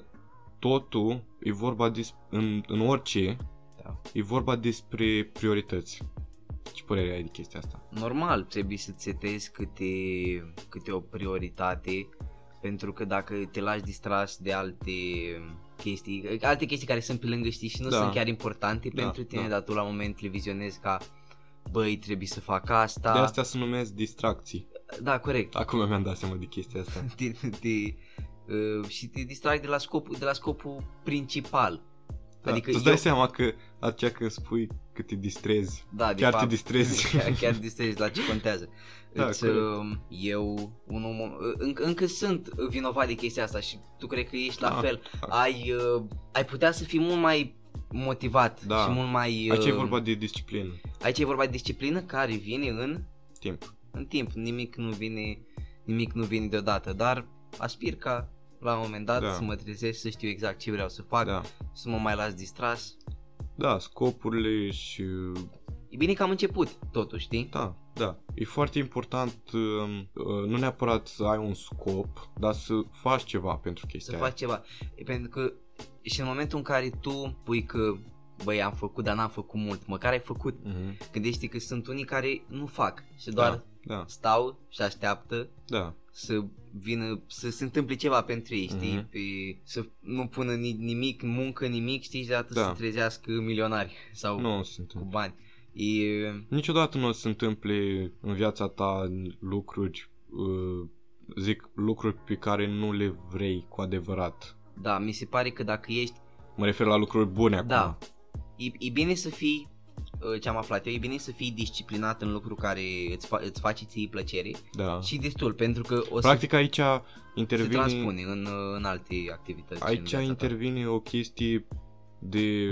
Speaker 1: totul e vorba des- în, în orice,
Speaker 2: Da.
Speaker 1: e vorba despre priorități. Ce părere ai de chestia asta?
Speaker 2: normal trebuie să setezi câte, câte o prioritate pentru că dacă te lași distras de alte chestii, alte chestii care sunt pe lângă știi și nu
Speaker 1: Da.
Speaker 2: da. sunt chiar importante
Speaker 1: Da,
Speaker 2: da, pentru tine,
Speaker 1: da.
Speaker 2: da. dar tu la moment le vizionezi ca băi, trebuie să fac asta.
Speaker 1: De astea se numesc distracții.
Speaker 2: Da, corect.
Speaker 1: Acum mi-am dat seama de chestia asta.
Speaker 2: Te, te, uh, și te distragi de la scopul, de la scopul principal.
Speaker 1: Da, adică
Speaker 2: Adică
Speaker 1: tu îți
Speaker 2: eu-
Speaker 1: dai seama că aceea când spui că te distrezi.
Speaker 2: Da, de
Speaker 1: Chiar te
Speaker 2: fapt,
Speaker 1: distrezi.
Speaker 2: [laughs] Chiar, chiar te distrezi la ce contează.
Speaker 1: Da,
Speaker 2: Îți,
Speaker 1: corect.
Speaker 2: um, eu un om, uh, înc- încă sunt vinovat de chestia asta și tu crezi că ești la
Speaker 1: Da,
Speaker 2: fel.
Speaker 1: da.
Speaker 2: Ai, uh, ai putea să fii mult mai motivat
Speaker 1: Da.
Speaker 2: și mult mai...
Speaker 1: Aici e
Speaker 2: uh,
Speaker 1: vorba de disciplină.
Speaker 2: aici e vorba de disciplină care vine în,
Speaker 1: Timp.
Speaker 2: în timp. Nimic nu vine, nimic nu vine deodată, dar aspir ca la un moment dat
Speaker 1: Da.
Speaker 2: să mă trezesc să știu exact ce vreau să fac,
Speaker 1: Da.
Speaker 2: să mă mai las distras.
Speaker 1: Da, scopurile și
Speaker 2: E bine că am început totuși, știi?
Speaker 1: Da, da. E foarte important um, uh, nu neapărat să ai un scop, dar să faci ceva pentru
Speaker 2: să
Speaker 1: chestia aia.
Speaker 2: faci ceva. Pentru că și în momentul în care tu pui că băi, am făcut, dar n-am făcut mult, măcar ai făcut.
Speaker 1: Mhm.
Speaker 2: Gândește că sunt unii care nu fac și doar da.
Speaker 1: Da,
Speaker 2: stau și așteaptă
Speaker 1: da,
Speaker 2: să vină, să se întâmple ceva pentru ei, știi?
Speaker 1: Mhm.
Speaker 2: Pe, să nu pună ni- nimic, muncă, nimic, știi? Și de atât
Speaker 1: Da.
Speaker 2: să trezească milionari sau
Speaker 1: da. Nu se
Speaker 2: cu
Speaker 1: întâmplă.
Speaker 2: bani. E,
Speaker 1: Niciodată nu o să se întâmple în viața ta lucruri, uh, zic, lucruri pe care nu le vrei cu adevărat.
Speaker 2: da, mi se pare că dacă ești
Speaker 1: Mă refer la lucruri bune acum.
Speaker 2: Da. E, e bine să fii uh, ce am aflat eu, e bine să fii disciplinat în lucru care îți, fa- îți face ție plăcere
Speaker 1: da.
Speaker 2: și destul, pentru că o să
Speaker 1: Practic aici
Speaker 2: se
Speaker 1: intervine
Speaker 2: transpune în, uh, în alte activități. în
Speaker 1: Aici
Speaker 2: viața ta.
Speaker 1: intervine o chestie de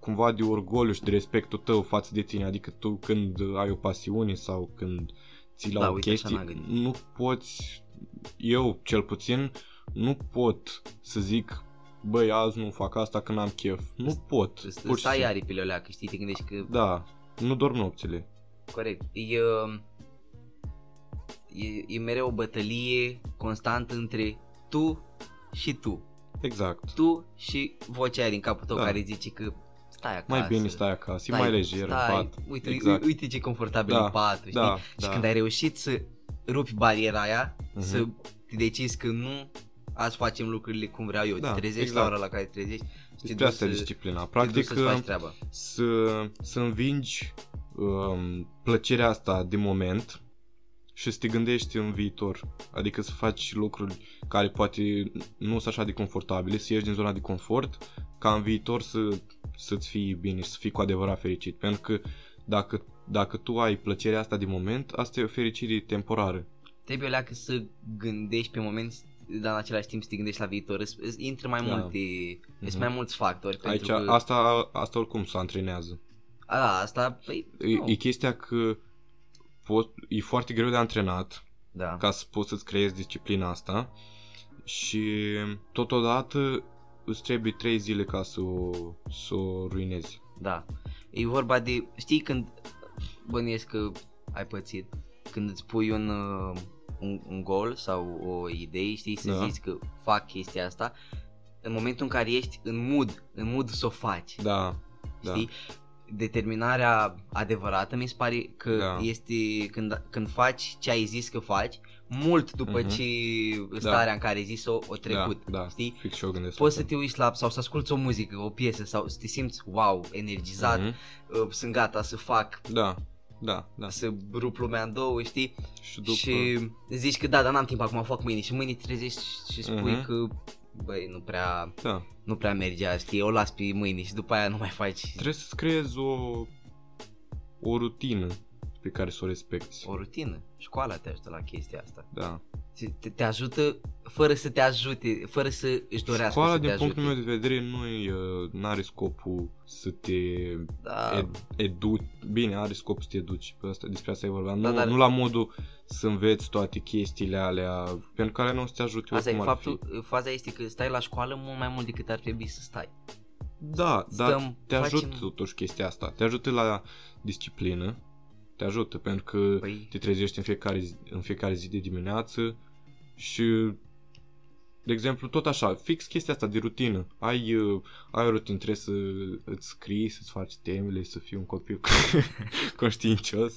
Speaker 1: cumva de orgoliu și de respectul tău față de tine, adică tu când ai o pasiune sau când ții la
Speaker 2: Da,
Speaker 1: o
Speaker 2: uite, așa
Speaker 1: chestie,
Speaker 2: n-am gândit.
Speaker 1: nu poți, eu cel puțin, nu pot să zic băi azi nu fac asta când am chef, nu pot,
Speaker 2: Să- să
Speaker 1: pur și
Speaker 2: Stai
Speaker 1: simplu.
Speaker 2: aripile alea, că știi, te gândești că,
Speaker 1: da, nu dorm nopțile,
Speaker 2: corect, e, uh, e, e mereu o bătălie constantă între tu și tu.
Speaker 1: exact,
Speaker 2: Tu și vocea aia din capul tău
Speaker 1: Da.
Speaker 2: care zice că stai acasă.
Speaker 1: mai bine stai acasă,
Speaker 2: stai,
Speaker 1: e mai lejer
Speaker 2: stai,
Speaker 1: în pat,
Speaker 2: Uite,
Speaker 1: exact,
Speaker 2: uite ce confortabil
Speaker 1: Da,
Speaker 2: e patul, știi?
Speaker 1: da,
Speaker 2: Și
Speaker 1: da,
Speaker 2: când ai reușit să rupi bariera aia,
Speaker 1: Mhm.
Speaker 2: să te decizi că nu, azi facem lucrurile cum vreau eu,
Speaker 1: Da,
Speaker 2: te trezești
Speaker 1: exact. Deci
Speaker 2: la ora la care te trezești,
Speaker 1: despre
Speaker 2: și te duci
Speaker 1: asta
Speaker 2: să,
Speaker 1: e disciplina,
Speaker 2: te duci
Speaker 1: practic,
Speaker 2: să-ți faci treaba.
Speaker 1: să, să învingi um, plăcerea asta de moment și să te gândești în viitor. Adică să faci lucruri care poate nu sunt așa de confortabile, să ieși din zona de confort, ca în viitor să, să-ți fii bine și să fii cu adevărat fericit. Pentru că dacă, dacă tu ai plăcerea asta de moment, asta e o fericire temporară.
Speaker 2: Trebuie alea că să gândești pe moment, dar în același timp să te gândești la viitor, îți, îți intră mai
Speaker 1: Da.
Speaker 2: multe,
Speaker 1: Mhm.
Speaker 2: sunt mai mulți factori,
Speaker 1: Aici,
Speaker 2: pentru că,
Speaker 1: asta, asta oricum se antrenează.
Speaker 2: a, da, asta, păi,
Speaker 1: E,
Speaker 2: nu,
Speaker 1: e chestia că pot, e foarte greu de antrenat,
Speaker 2: da,
Speaker 1: ca să poți să-ți creezi disciplina asta și totodată îți trebuie 3 zile ca să o, să o ruinezi.
Speaker 2: da, e vorba de, știi când bănuiesc că ai pățit, când îți pui un, uh, un, un gol sau o idee, știi, să
Speaker 1: Da.
Speaker 2: da. zici că fac chestia asta, în momentul în care ești în mood, în mood să o faci,
Speaker 1: Da, da.
Speaker 2: știi? Determinarea adevărată mi se pare că
Speaker 1: Da.
Speaker 2: da. este când, când faci ce ai zis că faci, mult după
Speaker 1: Mhm.
Speaker 2: mm-hmm. ce starea da. în care ai zis-o o trecut,
Speaker 1: da, da.
Speaker 2: știi?
Speaker 1: Fix și eu gândesc.
Speaker 2: Poți să te uiți la sau să asculti o muzică, o piesă sau să te simți wow, energizat,
Speaker 1: Mhm.
Speaker 2: uh, sunt gata să fac,
Speaker 1: Da, da, da.
Speaker 2: să rup lumea în două, știi?
Speaker 1: Și după...
Speaker 2: Și zici că da, dar n-am timp acum, fac mâine și mâine te trezești și spui
Speaker 1: Mhm.
Speaker 2: că băi, nu prea,
Speaker 1: Da.
Speaker 2: nu prea mergea, știi, o las pe mâine și după aia nu mai faci
Speaker 1: Trebuie să-ți creezi o, o rutină pe care să o respecti.
Speaker 2: o rutină. Școala te ajută la chestia asta.
Speaker 1: Da.
Speaker 2: Te- Te, te ajută fără să te ajute, fără să își dorească
Speaker 1: Școala,
Speaker 2: să te
Speaker 1: din
Speaker 2: ajute.
Speaker 1: punctul meu de vedere, nu are scopul să te
Speaker 2: da,
Speaker 1: ed- edu- bine, are scop să te educi, pe asta, despre asta e vorba. Nu,
Speaker 2: Da, dar-
Speaker 1: nu la modul să înveți toate chestiile alea pentru care nu o să te ajute
Speaker 2: asta e
Speaker 1: oricum ar
Speaker 2: faptul, faza este că stai la școală mult mai mult decât ar trebui să stai.
Speaker 1: fi. Da, dar
Speaker 2: Stăm,
Speaker 1: te ajută
Speaker 2: facem-
Speaker 1: totuși chestia asta. Te ajută la disciplină, te ajută pentru că
Speaker 2: Păi,
Speaker 1: te trezești în fiecare zi, în fiecare zi de dimineață și de exemplu, tot așa, fix chestia asta de rutină. Ai, uh, ai o rutină, trebuie să îți scrii, să-ți faci temele, să fii un copil [laughs] conștiincios.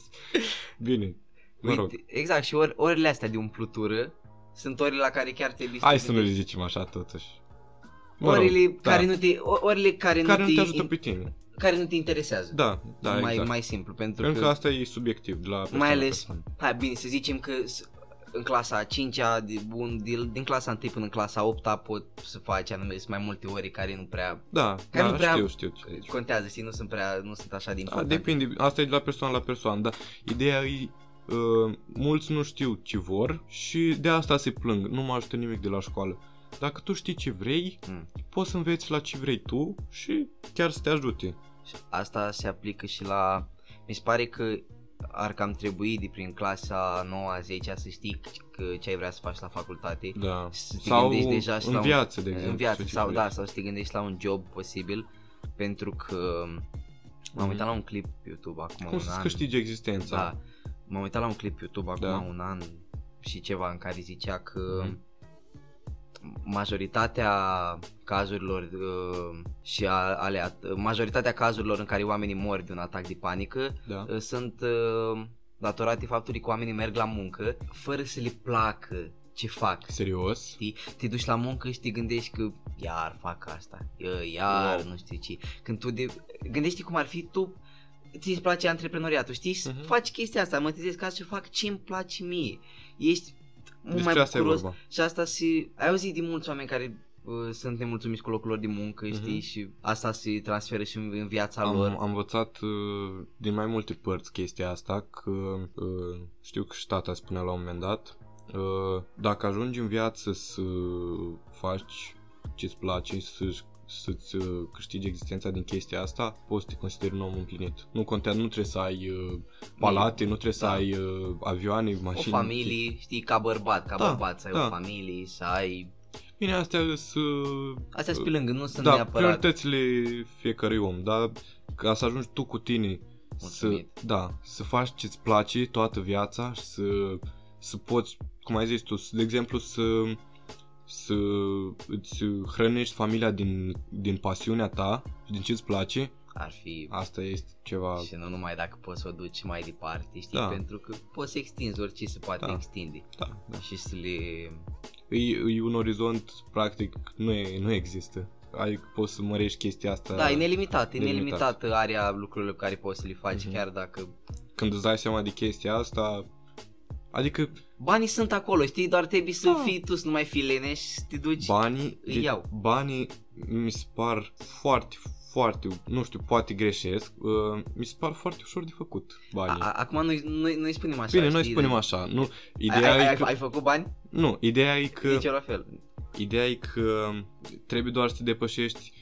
Speaker 1: Bine, mă rog.
Speaker 2: uite, exact, și or, orele astea de umplutură sunt orele la care chiar trebuie
Speaker 1: Hai
Speaker 2: te
Speaker 1: să nu le
Speaker 2: gândești.
Speaker 1: zicem așa totuși.
Speaker 2: orele
Speaker 1: da.
Speaker 2: care nu te o- orele care,
Speaker 1: care nu
Speaker 2: nu te,
Speaker 1: te ajută
Speaker 2: in-
Speaker 1: pe tine.
Speaker 2: care nu te interesează.
Speaker 1: Da, da,
Speaker 2: mai
Speaker 1: exact.
Speaker 2: mai simplu pentru
Speaker 1: Pentru că
Speaker 2: că
Speaker 1: asta e subiectiv de la
Speaker 2: Mai ales-
Speaker 1: persoană.
Speaker 2: hai bine, să zicem că s- în clasa a 5-a, de- un- din, din clasa 1 până în clasa 8 pot să faci anume sunt mai multe ore care nu prea
Speaker 1: Da,
Speaker 2: Care
Speaker 1: da
Speaker 2: nu prea-
Speaker 1: știu, știu ce zici.
Speaker 2: contează, știi, nu sunt prea, nu sunt așa de
Speaker 1: Da,
Speaker 2: importante.
Speaker 1: depinde, asta e de la persoană la persoană, dar ideea e Uh, mulți nu știu ce vor și de asta se plâng, nu mă ajută nimic de la școală. Dacă tu știi ce vrei,
Speaker 2: Mm.
Speaker 1: poți să înveți la ce vrei tu și chiar să te ajute.
Speaker 2: Și Asta se aplică și la... Mi se pare că ar cam trebui de prin clasa 9 10 să știi c- că ce ai vrea să faci la facultate.
Speaker 1: Da.
Speaker 2: Să te
Speaker 1: Sau
Speaker 2: gândești deja și
Speaker 1: în
Speaker 2: la un-
Speaker 1: viață, de exemplu.
Speaker 2: în
Speaker 1: să
Speaker 2: viață
Speaker 1: te
Speaker 2: sau
Speaker 1: gândești.
Speaker 2: da, sau să te gândești la un job posibil pentru că m-am
Speaker 1: Mhm.
Speaker 2: uitat la un clip YouTube acum
Speaker 1: Cum
Speaker 2: un
Speaker 1: să-ți
Speaker 2: an.
Speaker 1: câștigi existența.
Speaker 2: Da. M-am uitat la un clip YouTube acum
Speaker 1: Da.
Speaker 2: un an și ceva în care zicea că
Speaker 1: Mhm.
Speaker 2: majoritatea cazurilor uh, și a, ale at- majoritatea cazurilor în care oamenii mor de un atac de panică
Speaker 1: da.
Speaker 2: uh, sunt uh, datorate faptului că oamenii merg la muncă fără să le placă ce fac.
Speaker 1: Serios?
Speaker 2: Știi? Te duci la muncă și te gândești că iar fac asta, ă, iar
Speaker 1: Wow.
Speaker 2: wow. nu știu ce. Când tu de... gândești cum ar fi tu, ți-ți place antreprenoriatul, știi?
Speaker 1: Mhm.
Speaker 2: Uh-huh. Faci chestia asta, mă trezesc ca să fac ce îmi place mie. Ești mult
Speaker 1: Despre
Speaker 2: mai
Speaker 1: asta e
Speaker 2: bucuros
Speaker 1: vorba.
Speaker 2: și asta se... Ai auzit de mulți oameni care uh, sunt nemulțumiți cu locul lor de muncă,
Speaker 1: Mhm.
Speaker 2: știi? Și asta se transferă și în, în viața
Speaker 1: Am,
Speaker 2: lor.
Speaker 1: am învățat uh, din mai multe părți chestia asta, că uh, știu că și tata spunea la un moment dat, uh, dacă ajungi în viață să faci ce-ți place, să să-ți uh, câștigi existența din chestia asta, poți să te consideri un om împlinit. Nu contează, nu trebuie să ai uh, palate, nu trebuie să
Speaker 2: Da.
Speaker 1: ai uh, avioane,
Speaker 2: o
Speaker 1: mașini.
Speaker 2: familie, știi, ca bărbat, ca
Speaker 1: Da,
Speaker 2: bărbat să ai
Speaker 1: da.
Speaker 2: o familie, să ai...
Speaker 1: Bine, astea sunt
Speaker 2: Astea sunt pe lângă, nu sunt
Speaker 1: da,
Speaker 2: neapărat...
Speaker 1: prioritățile fiecărui om, dar ca să ajungi tu cu tine să,
Speaker 2: Mulțumit.
Speaker 1: da, să faci ce-ți place toată viața și să, să poți, cum ai zis tu, să, de exemplu să, să îți hrănești familia din, din pasiunea ta, din ce-ți place,
Speaker 2: Ar fi
Speaker 1: asta este ceva...
Speaker 2: Și nu numai dacă poți să o duci mai departe, știi?
Speaker 1: Da.
Speaker 2: Da. Pentru că poți să extinzi orice se poate
Speaker 1: Da.
Speaker 2: da. extinde
Speaker 1: Da, da.
Speaker 2: și să le...
Speaker 1: E, e un orizont, practic, nu, e, nu există. Adică poți să mărești chestia asta
Speaker 2: Da, e nelimitat, e
Speaker 1: Delimitat.
Speaker 2: nelimitată area lucrurilor pe care poți să le faci,
Speaker 1: Mhm.
Speaker 2: mm-hmm. chiar dacă...
Speaker 1: când îți dai seama de chestia asta. Adică
Speaker 2: Banii sunt acolo, știi? Doar trebuie să
Speaker 1: Da.
Speaker 2: da. fii tu, să nu mai fii leneș, să te duci...
Speaker 1: Banii,
Speaker 2: Deci îi
Speaker 1: de-
Speaker 2: iau.
Speaker 1: banii mi se par foarte, foarte, nu știu, poate greșesc, uh, mi se par foarte ușor de făcut banii.
Speaker 2: A- a- Acum noi, noi, noi spunem așa,
Speaker 1: Bine,
Speaker 2: știi?
Speaker 1: noi spunem așa, nu,
Speaker 2: Ai,
Speaker 1: ideea
Speaker 2: ai,
Speaker 1: e
Speaker 2: ai,
Speaker 1: că,
Speaker 2: ai făcut bani?
Speaker 1: nu, ideea e
Speaker 2: Că...
Speaker 1: că,
Speaker 2: Nici eu la fel.
Speaker 1: ideea e că trebuie doar să te depășești,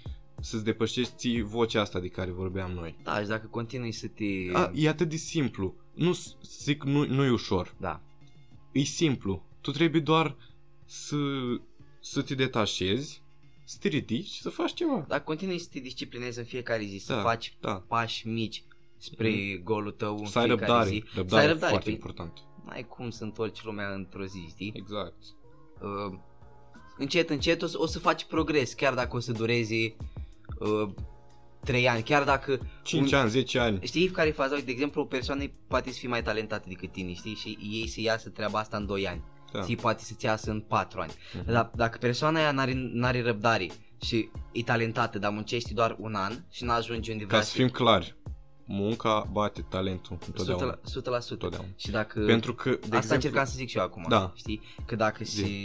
Speaker 1: să-ți depășești ții vocea asta de care vorbeam noi.
Speaker 2: Da, și dacă continui să te...
Speaker 1: A, e atât de simplu, nu s- zic, nu, nu e ușor,
Speaker 2: Da.
Speaker 1: e simplu, tu trebuie doar să, să te detașezi, să te ridici și să faci ceva.
Speaker 2: Dacă continui să te disciplinezi în fiecare zi, să
Speaker 1: Da.
Speaker 2: faci
Speaker 1: Da,
Speaker 2: pași mici spre golul tău în
Speaker 1: să ai
Speaker 2: fiecare
Speaker 1: răbdare,
Speaker 2: zi.
Speaker 1: răbdare,
Speaker 2: Să ai răbdare,
Speaker 1: foarte
Speaker 2: păi-
Speaker 1: important.
Speaker 2: N-ai cum să întorci lumea într-o zi, știi?
Speaker 1: Exact.
Speaker 2: Uh, încet, încet o să, o să faci progres, chiar dacă o să dureze uh, 3 ani, chiar dacă,
Speaker 1: 5
Speaker 2: Un-
Speaker 1: ani, 10 ani.
Speaker 2: știi care e faza, Uite, de exemplu, o persoană poate să fie mai talentată decât tine, știi, și ei să iasă treaba asta în 2 ani,
Speaker 1: Da.
Speaker 2: da. ții poate să-ți iasă în 4 ani,
Speaker 1: Mhm.
Speaker 2: dar dacă persoana aia n-are, n-are răbdare și e talentată, dar muncești doar un an și n-ajungi unde
Speaker 1: Ca
Speaker 2: vrea
Speaker 1: să fim clari, munca bate talentul întotdeauna.
Speaker 2: 100%, 100%.
Speaker 1: Întotdeauna.
Speaker 2: Și dacă...
Speaker 1: Pentru că, de
Speaker 2: De Asta
Speaker 1: exemplu,
Speaker 2: încercam să zic și eu acum,
Speaker 1: Da.
Speaker 2: știi? Că dacă, și,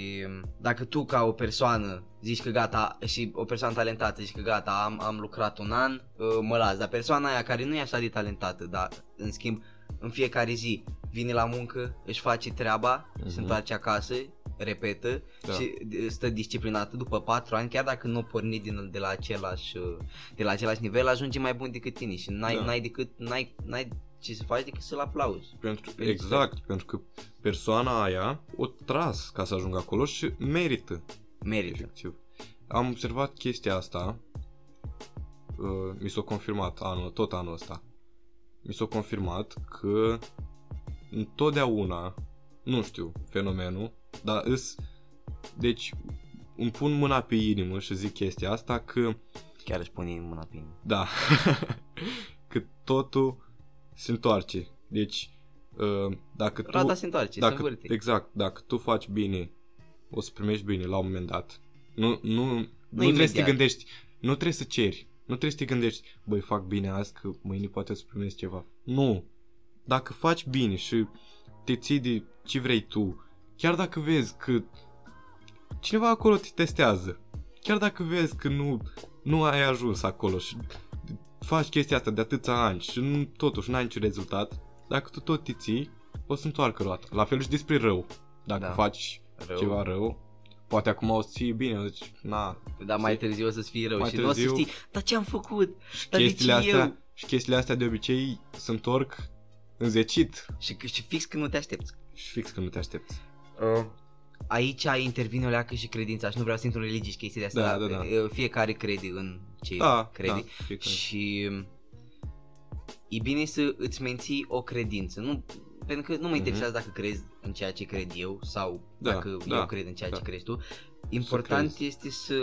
Speaker 2: dacă tu ca o persoană zici că gata și o persoană talentată zici că gata am, am lucrat un an, uh, mă las, dar persoana aia care nu e așa de talentată, dar în schimb în fiecare zi vine la muncă, își face treaba,
Speaker 1: Mhm.
Speaker 2: se întoarce acasă, repetă
Speaker 1: Da.
Speaker 2: și uh, stă disciplinată după 4 ani, chiar dacă nu a pornit din, de, la același, uh, de la același nivel, ajunge mai bun decât tine și n-ai,
Speaker 1: Da.
Speaker 2: n-ai decât, n-ai, n-ai ce să faci decât să-l aplauzi.
Speaker 1: pentru,
Speaker 2: Felicitări.
Speaker 1: exact, pentru că persoana aia o tras ca să ajungă acolo și merită,
Speaker 2: Merită.
Speaker 1: efectiv. Am observat chestia asta, uh, mi s-a confirmat anul, tot anul ăsta, mi s-a confirmat că întotdeauna, nu știu fenomenul, dar îs, deci îmi pun mâna pe inimă și zic chestia asta că
Speaker 2: Chiar își pune mâna pe inimă.
Speaker 1: Da. [laughs] că totul se întoarce. Deci, uh, dacă tu...
Speaker 2: Roata se întoarce, se
Speaker 1: dacă,
Speaker 2: învârte.
Speaker 1: exact, dacă tu faci bine, o să primești bine la un moment dat. Nu, nu, nu, trebuie
Speaker 2: imediat.
Speaker 1: să te gândești, nu trebuie să ceri, nu trebuie să te gândești, băi, fac bine azi că mâine poate o să primesc ceva. Nu. Dacă faci bine și te ții de ce vrei tu chiar dacă vezi că cineva acolo te testează, chiar dacă vezi că nu, nu ai ajuns acolo și faci chestia asta de atâția ani și nu, totuși n-ai niciun rezultat, dacă tu tot te ții, o să întoarcă roata. La fel și despre rău. Dacă
Speaker 2: Da.
Speaker 1: da. faci
Speaker 2: Rău.
Speaker 1: ceva rău, poate acum o să ții bine, zici, na,
Speaker 2: Dar mai târziu o să-ți fie rău
Speaker 1: Mai
Speaker 2: și nu o să
Speaker 1: târziu.
Speaker 2: știi, dar ce am făcut?
Speaker 1: și
Speaker 2: Dar de
Speaker 1: chestiile
Speaker 2: ce eu?
Speaker 1: astea, și chestiile astea de obicei se întorc înzecit
Speaker 2: Și, și fix când nu te aștepți.
Speaker 1: și fix când nu te aștepți. Uh.
Speaker 2: Aici intervine o leacă și credința și nu vreau să intru în religii și chestii de astea,
Speaker 1: Da,
Speaker 2: dar,
Speaker 1: da, da.
Speaker 2: eh, fiecare crede în ce
Speaker 1: Da,
Speaker 2: crede.
Speaker 1: da, fie că-
Speaker 2: Și mm, e bine să îți menții o credință, nu, pentru că nu mă
Speaker 1: Mhm.
Speaker 2: interesează dacă crezi în ceea ce cred eu sau
Speaker 1: Da,
Speaker 2: dacă
Speaker 1: da,
Speaker 2: eu cred în ceea
Speaker 1: da.
Speaker 2: ce crezi tu. Important
Speaker 1: crezi.
Speaker 2: este să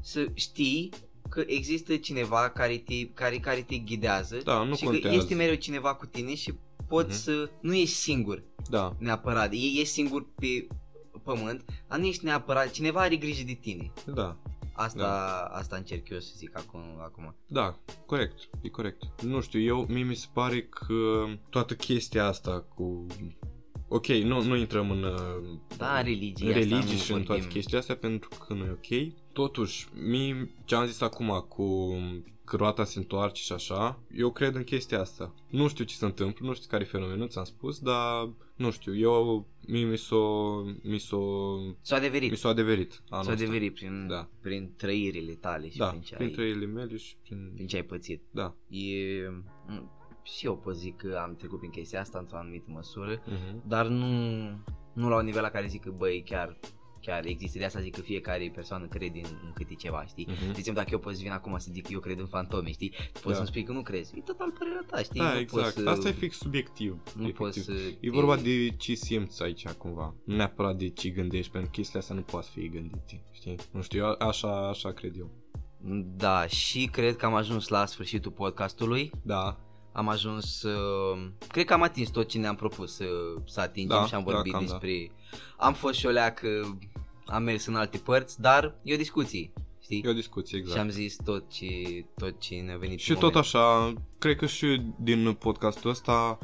Speaker 2: să știi că există cineva care te, care, care te ghidează
Speaker 1: Da, nu
Speaker 2: și că
Speaker 1: contează.
Speaker 2: este mereu cineva cu tine și poți
Speaker 1: Mhm.
Speaker 2: să nu ești singur
Speaker 1: Da,
Speaker 2: neapărat, e, ești singur pe pământ, dar nu ești neapărat, cineva are grijă de tine.
Speaker 1: da,
Speaker 2: Asta, asta încerc eu să zic acum. acum.
Speaker 1: da, corect, e corect. Nu știu, eu, mie mi se pare că toată chestia asta cu... Ok, nu, nu intrăm în... uh,
Speaker 2: Da, religia
Speaker 1: în
Speaker 2: asta,
Speaker 1: religii
Speaker 2: nu
Speaker 1: și în toate
Speaker 2: vorbim.
Speaker 1: chestiile astea pentru că nu e ok. Totuși, mie ce am zis acum cu că roata se întoarce și așa, eu cred în chestia asta. Nu știu ce se întâmplă, nu știu care e fenomenul, ți-am spus, dar nu știu, eu mie mi s-o, mi s-o,
Speaker 2: S-a adeverit.
Speaker 1: mi s-a adeverit anul
Speaker 2: S-a
Speaker 1: ăsta.
Speaker 2: adeverit prin,
Speaker 1: Da.
Speaker 2: prin trăirile tale și
Speaker 1: Da,
Speaker 2: prin, ce
Speaker 1: printre
Speaker 2: ai,
Speaker 1: ele mele și prin...
Speaker 2: prin ce ai pățit.
Speaker 1: Da.
Speaker 2: E, m- și eu pot zic că am trecut prin chestia asta într-o anumită măsură,
Speaker 1: Mhm.
Speaker 2: dar nu, nu la un nivel la care zic că băi chiar, chiar există. De asta zic că fiecare persoană crede în, în câte ceva, știi?
Speaker 1: Mhm.
Speaker 2: De exemplu, dacă eu pot să vin acum să zic eu cred în fantome, știi? Tu poți
Speaker 1: Da.
Speaker 2: să-mi spui că nu crezi. E total părerea ta, știi?
Speaker 1: Da,
Speaker 2: nu
Speaker 1: exact.
Speaker 2: Poți să,
Speaker 1: Asta e fix subiectiv.
Speaker 2: Nu poți
Speaker 1: efectiv.
Speaker 2: să...
Speaker 1: E vorba de ce simți aici cumva, nu neapărat de ce gândești, pentru că chestiile astea nu poate fi gândite, știi? Nu știu, eu așa, așa cred eu.
Speaker 2: Da, și cred că am ajuns la sfârșitul podcastului.
Speaker 1: Da,
Speaker 2: Am ajuns... Uh, cred că am atins tot ce ne-am propus să, să atingem
Speaker 1: Da,
Speaker 2: și am
Speaker 1: da,
Speaker 2: vorbit
Speaker 1: cam da.
Speaker 2: despre... Am fost și o leacă, am mers în alte părți, dar e o discuție, știi?
Speaker 1: e o discuție,
Speaker 2: Și
Speaker 1: exact.
Speaker 2: am zis tot ce, tot ce ne-a venit
Speaker 1: Și
Speaker 2: în
Speaker 1: tot
Speaker 2: moment.
Speaker 1: așa, cred că și din podcastul ăsta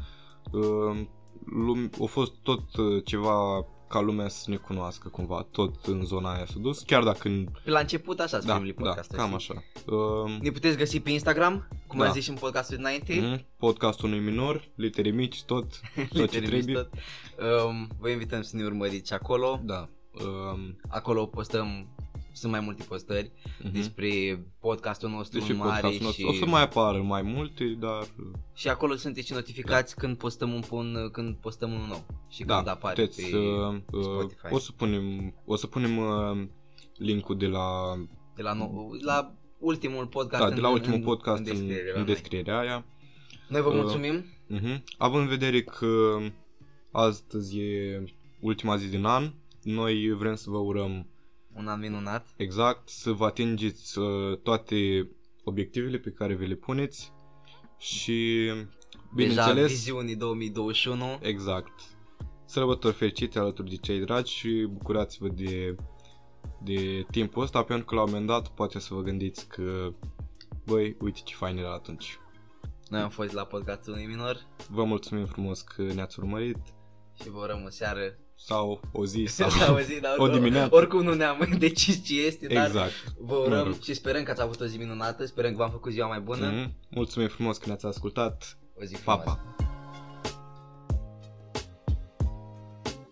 Speaker 1: uh, lum- a fost tot uh, ceva ca lumea să ne cunoască cumva, tot în zona aia s-a dus, chiar dacă... în-
Speaker 2: La început așa sunt
Speaker 1: Da,
Speaker 2: primele
Speaker 1: da,
Speaker 2: podcasturi.
Speaker 1: cam
Speaker 2: știi?
Speaker 1: așa. Uh,
Speaker 2: Ne puteți găsi pe Instagram, cum
Speaker 1: Da.
Speaker 2: am zis și în podcastul înainte. [laughs]
Speaker 1: mhm, podcastul unui minor, litere mici, tot, tot ce
Speaker 2: Litere
Speaker 1: trebuie.
Speaker 2: Miștot. Um, vă invităm să ne urmăriți acolo.
Speaker 1: Da. Um,
Speaker 2: Acolo postăm, sunt mai multe postări
Speaker 1: mhm. Deci
Speaker 2: despre podcastul nostru
Speaker 1: Deși
Speaker 2: în mare
Speaker 1: podcastul
Speaker 2: și,
Speaker 1: nostru o să mai apară mai multe, dar uh,
Speaker 2: și acolo sunteți și notificați când postăm un pun, când postăm unul nou și
Speaker 1: da,
Speaker 2: când apare
Speaker 1: puteți,
Speaker 2: pe,
Speaker 1: uh, uh,
Speaker 2: Spotify.
Speaker 1: o să punem, o să punem uh, linkul de la,
Speaker 2: de la, nou, la ultimul podcast
Speaker 1: da, de la
Speaker 2: Da, în,
Speaker 1: ultimul
Speaker 2: în,
Speaker 1: podcast
Speaker 2: în,
Speaker 1: în,
Speaker 2: descriere la
Speaker 1: în
Speaker 2: noi.
Speaker 1: descrierea aia.
Speaker 2: Noi vă
Speaker 1: Uh,
Speaker 2: mulțumim.
Speaker 1: Mhm. Având în vedere că astăzi e ultima zi din an, noi vrem să vă urăm
Speaker 2: un an minunat.
Speaker 1: exact să vă atingeți uh, toate obiectivele pe care vi le puneți și
Speaker 2: Deja
Speaker 1: bineînțeles
Speaker 2: viziunii 2021.
Speaker 1: Exact. Sărbători fericite alături de cei dragi și bucurați-vă de, de timpul ăsta, pentru că la un moment dat poate să vă gândiți că, băi, uite ce fain era atunci.
Speaker 2: Noi am fost la podcastul unui minor
Speaker 1: Vă mulțumim frumos că ne-ați urmărit
Speaker 2: și vă urăm o seară.
Speaker 1: sau o
Speaker 2: [laughs]
Speaker 1: zi sau...
Speaker 2: Sau o zi, dar
Speaker 1: Exact. o dimineață.
Speaker 2: Oricum nu ne-am [laughs] decis ce este, dar
Speaker 1: exact.
Speaker 2: Vă
Speaker 1: Mă
Speaker 2: urăm
Speaker 1: rog.
Speaker 2: și sperăm că ați avut o zi minunată, sperăm că v-am făcut ziua mai bună.
Speaker 1: Mhm. Mulțumim frumos că ne-ați ascultat.
Speaker 2: O zi
Speaker 1: Pa,
Speaker 2: frumoasă.
Speaker 1: pa!